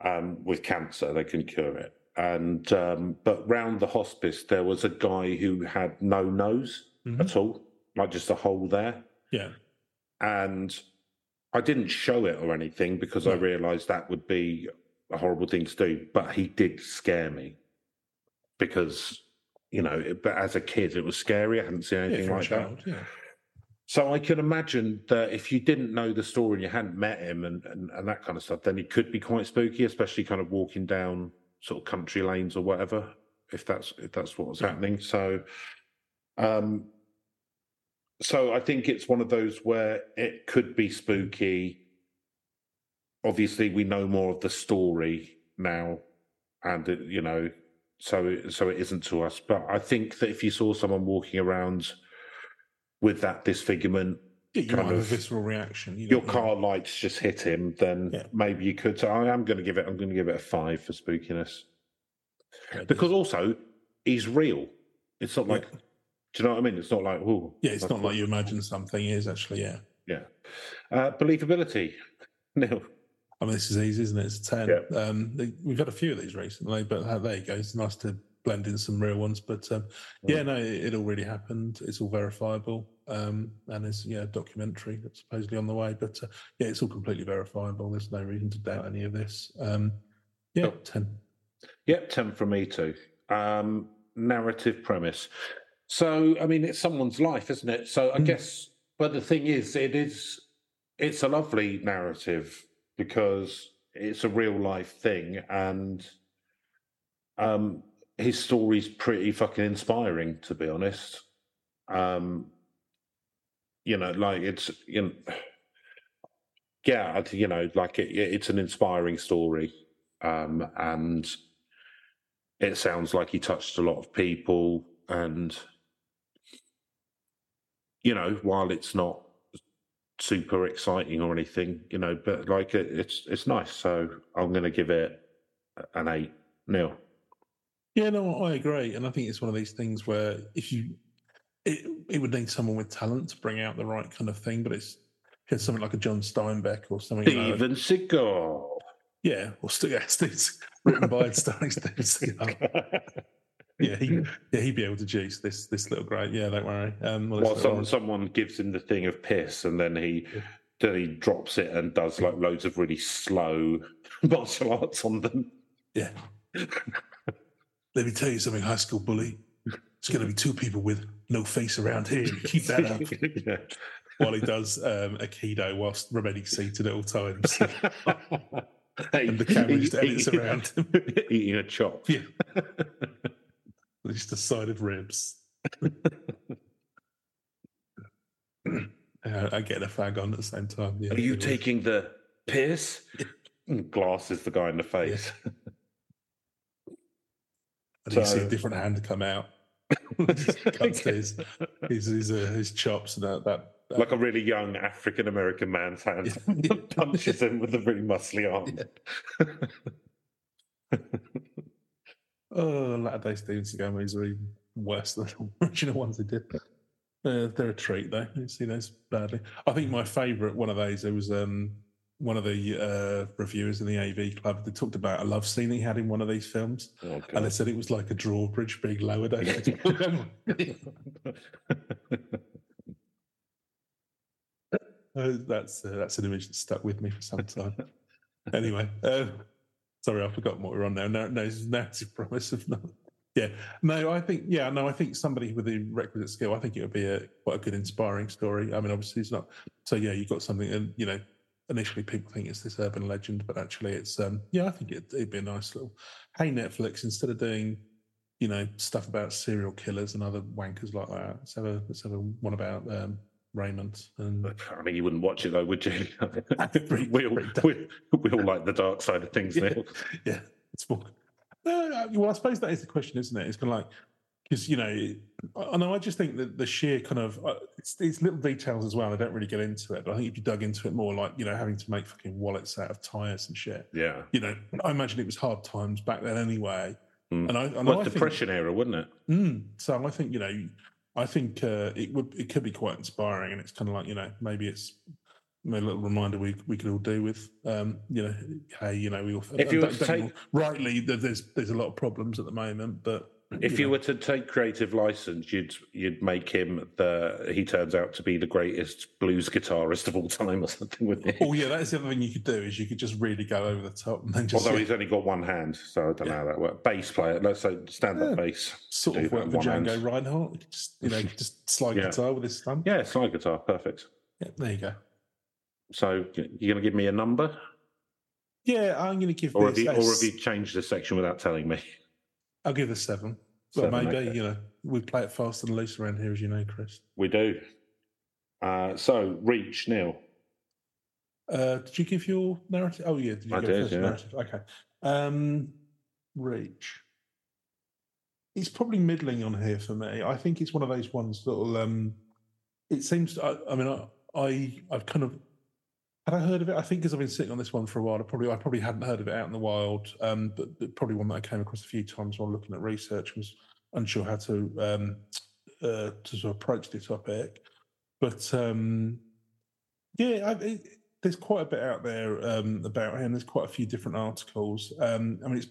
S2: um, with cancer. They couldn't cure it. And um, but round the hospice there was a guy who had no nose
S3: Mhm.
S2: at all, like just a hole there.
S3: Yeah.
S2: And I didn't show it or anything because I
S3: No.
S2: realised that would be a horrible thing to do. But he did scare me because you know. it- But as a kid, it was scary. I hadn't seen
S3: Yeah,
S2: anything
S3: from a
S2: like that.
S3: child, yeah.
S2: So I can imagine that if you didn't know the story and you hadn't met him and, and, and that kind of stuff, then it could be quite spooky, especially kind of walking down sort of country lanes or whatever, if that's if that's what was
S3: Yeah.
S2: happening. So um so I think it's one of those where it could be spooky. Obviously, we know more of the story now, and it, you know, so so it isn't to us. But I think that if you saw someone walking around with that disfigurement,
S3: Yeah, you
S2: Kind
S3: might have a
S2: of-
S3: visceral reaction. You
S2: your
S3: don't know.
S2: car lights just hit him, then
S3: Yeah.
S2: maybe you could. So I am going to give it. I'm going to give it a five for spookiness
S3: Yeah,
S2: because also he's real. It's not
S3: Yeah.
S2: like, do you know what I mean? It's not like, oh,
S3: yeah, it's not like you imagine something is actually. Yeah,
S2: yeah. Uh, believability, no.
S3: I mean this is easy, isn't it? It's a ten.
S2: Yeah.
S3: Um, they- we've had a few of these recently, but uh, there you go. It's nice to blend in some real ones. But um, yeah, no, it, it all really happened. It's all verifiable, um, and it's yeah, a documentary that's supposedly on the way. But uh, yeah, it's all completely verifiable. There's no reason to doubt any of this. Um, yeah,
S2: Cool.
S3: ten.
S2: Yep, 10 from me too. Um, narrative premise. So, I mean, it's someone's life, isn't it? So, I
S3: Mm.
S2: guess, but the thing is, it is, it's a lovely narrative because it's a real life thing and um, his story's pretty fucking inspiring, to be honest. Um, you know, like it's, you know, yeah, I think, you know, like it, it's an inspiring story um, and it sounds like he touched a lot of people. And you know, while it's not super exciting or anything, you know, but like it, it's it's nice. So I'm going to give it an eight nil.
S3: Yeah, no, I agree, and I think it's one of these things where if you, it, it would need someone with talent to bring out the right kind of thing. But it's if you had something like a John Steinbeck or something, like that-
S2: Steven Seagal.
S3: yeah, or St- yeah, Steve's written by and starring Steven Seagal. Yeah, he, yeah, he'd be able to juice this this little great. Yeah, don't worry. Um, well, this
S2: Well,
S3: little
S2: some,
S3: orange-
S2: someone gives him the thing of piss, and then he then he drops it and does like loads of really slow martial arts on them.
S3: yeah. Let me tell you something, high school bully. It's going to be two people with no face around here. Keep that up. While he does um, Aikido whilst remaining seated at all times. and the camera just edits around him.
S2: Eating a chop.
S3: Yeah. just a side of ribs. Uh, I get a fag on at the same time. Yeah,
S2: Are you
S3: it was-
S2: taking the piss? Glasses the guy in the face.
S3: And you see a
S2: so-
S3: different hand come out. Just cuts to his, his, his, uh, his chops and that. that, that-
S2: Like a really young African American man's hand
S3: Yeah.
S2: punches him with a really muscly arm.
S3: oh, latter day Steven Seagal movies are even worse than the original ones they did. They're, they're a treat though. You see those badly. I think my favourite one of those. There was um, one of the uh, reviewers in the AV club. They talked about a love scene he had in one of these films,
S2: Oh,
S3: and they said it was like a drawbridge being lowered over. the-
S2: God.
S3: Uh, that's uh, that's an image that stuck with me for some time. anyway, um, sorry, I forgot what we're on now. No, no narrative promise of not. Yeah, no, I think yeah, no, I think somebody with the requisite skill, I think it would be a quite a good inspiring story. I mean, obviously it's not. So yeah, you've got something, and you know, initially people think it's this urban legend, but actually it's um yeah, I think it, it'd be a nice little. Hey Netflix, instead of doing you know stuff about serial killers and other wankers like that, let's have a let's have a one about um, Raymond and.
S2: I mean, you wouldn't watch it though, would you?
S3: Pretty-
S2: we, all,
S3: pretty dark.
S2: we, we all like the dark side of things now.
S3: yeah, it's more. No, no, well, I suppose that is the question, isn't it? It's kind of like because you know, I I know. I just think that the sheer kind of uh, it's, it's little details as well. I don't really get into it, but I think if you dug into it more, like you know, having to make fucking wallets out of tires and shit.
S2: Yeah.
S3: You know, I imagine it was hard times back then anyway.
S2: Mm.
S3: And I, and
S2: Well,
S3: I think-
S2: Depression era, wouldn't it?
S3: Mm. So I think you know, I think uh, it would it could be quite inspiring, and it's kind of like you know maybe it's maybe a little reminder we we could all do with um, you know hey you know we all
S2: If you
S3: don't-
S2: were to
S3: don't
S2: take-
S3: all- rightly there- there's there's a lot of problems at the moment, but
S2: If you
S3: know,
S2: were to take creative license, you'd you'd make him the he turns out to be the greatest blues guitarist of all time or something, wouldn't he?
S3: oh yeah, that's the other thing you could do is you could just really go over the top and then just
S2: Although
S3: yeah,
S2: he's only got one hand, so I don't know how that works. Bass player, let's say stand up
S3: Yeah.
S2: bass.
S3: sort
S2: do
S3: of work
S2: that
S3: for
S2: one hand.
S3: Django Reinhardt, just you know just slide
S2: Yeah.
S3: guitar with his thumb.
S2: Yeah, slide guitar, perfect.
S3: Yeah, there you go.
S2: So you're going to give me a number,
S3: Yeah, I'm going to give
S2: or have
S3: this.
S2: you,
S3: a
S2: or
S3: s-
S2: have you changed the section without telling me?
S3: I'll give this seven. Well,
S2: Seven,
S3: maybe
S2: okay.
S3: you know we play it fast and loose around here, as you know, Chris.
S2: We do. Uh, so reach Neil.
S3: Uh, did you give your narrative? Oh yeah, did you
S2: I
S3: go
S2: did,
S3: first
S2: yeah.
S3: narrative? Okay. Um, reach. It's probably middling on here for me. I think it's one of those ones that'll. Um, it seems. I, I mean, I, I I've kind of had I heard of it. I think because I've been sitting on this one for a while. I probably I probably hadn't heard of it out in the wild. Um, but, but probably one that I came across a few times while looking at research was unsure how to um, uh, to sort of approach the topic. But um, yeah, I, it, there's quite a bit out there um, about him. There's quite a few different articles. Um, I mean, it's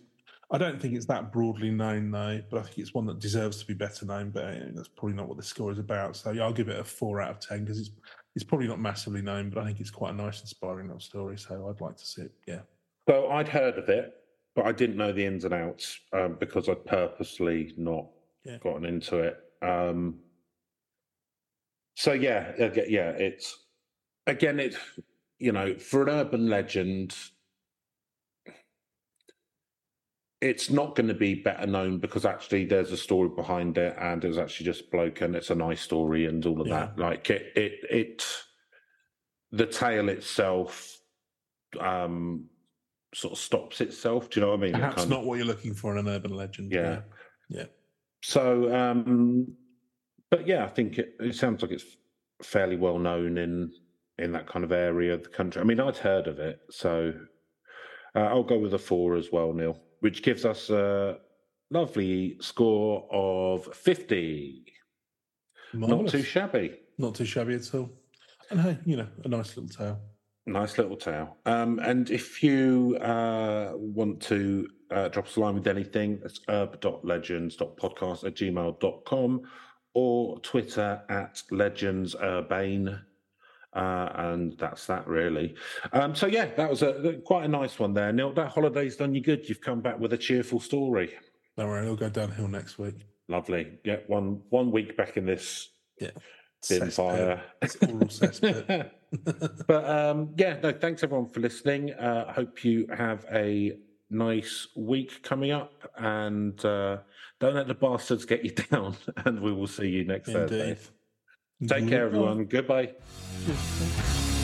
S3: I don't think it's that broadly known though, but I think it's one that deserves to be better known. But uh, that's probably not what the score is about. So yeah, I'll give it a four out of ten because it's it's probably not massively known, but I think it's quite a nice, inspiring little story. So I'd like to see it. Yeah.
S2: So I'd heard of it, but I didn't know the ins and outs um, because I'd purposely not
S3: Yeah.
S2: gotten into it. Um, so yeah, aga- yeah, it's again, it you know, for an urban legend, it's not going to be better known because actually there's a story behind it, and it was actually just a bloke, and it's a nice story, and all of
S3: Yeah.
S2: that. Like it, it, it, the tale itself, um, sort of stops itself. Do you know what I mean? It
S3: Perhaps
S2: kind of-
S3: not what you're looking for in an urban legend.
S2: yeah. So, um, but yeah, I think it, it sounds like it's fairly well known in in that kind of area of the country. I mean, I'd heard of it, so uh, I'll go with a four as well, Neil, which gives us a lovely score of fifty. Not
S3: Marvellous.
S2: too shabby.
S3: not too shabby at all. And hey, you know, a nice little tale.
S2: Nice little tale. Um, and if you uh, want to uh, drop us a line with anything, that's herb.legends.podcast at gmail.com or Twitter at legendsurbane. Uh, and that's that, really. Um, so, yeah, that was a, quite a nice one there. Neil, that holiday's done you good. You've come back with a cheerful story.
S3: Don't worry, it'll go downhill next week.
S2: Lovely. Yeah, one one week back in this bin
S3: Cesspit.
S2: fire.
S3: It's oral cesspit.
S2: but um, yeah, no, thanks everyone for listening. Uh, hope you have a nice week coming up, and uh, don't let the bastards get you down. And we will see you next Thursday.
S3: Indeed.
S2: Mm-hmm. Take care, everyone. Goodbye.
S3: Goodbye.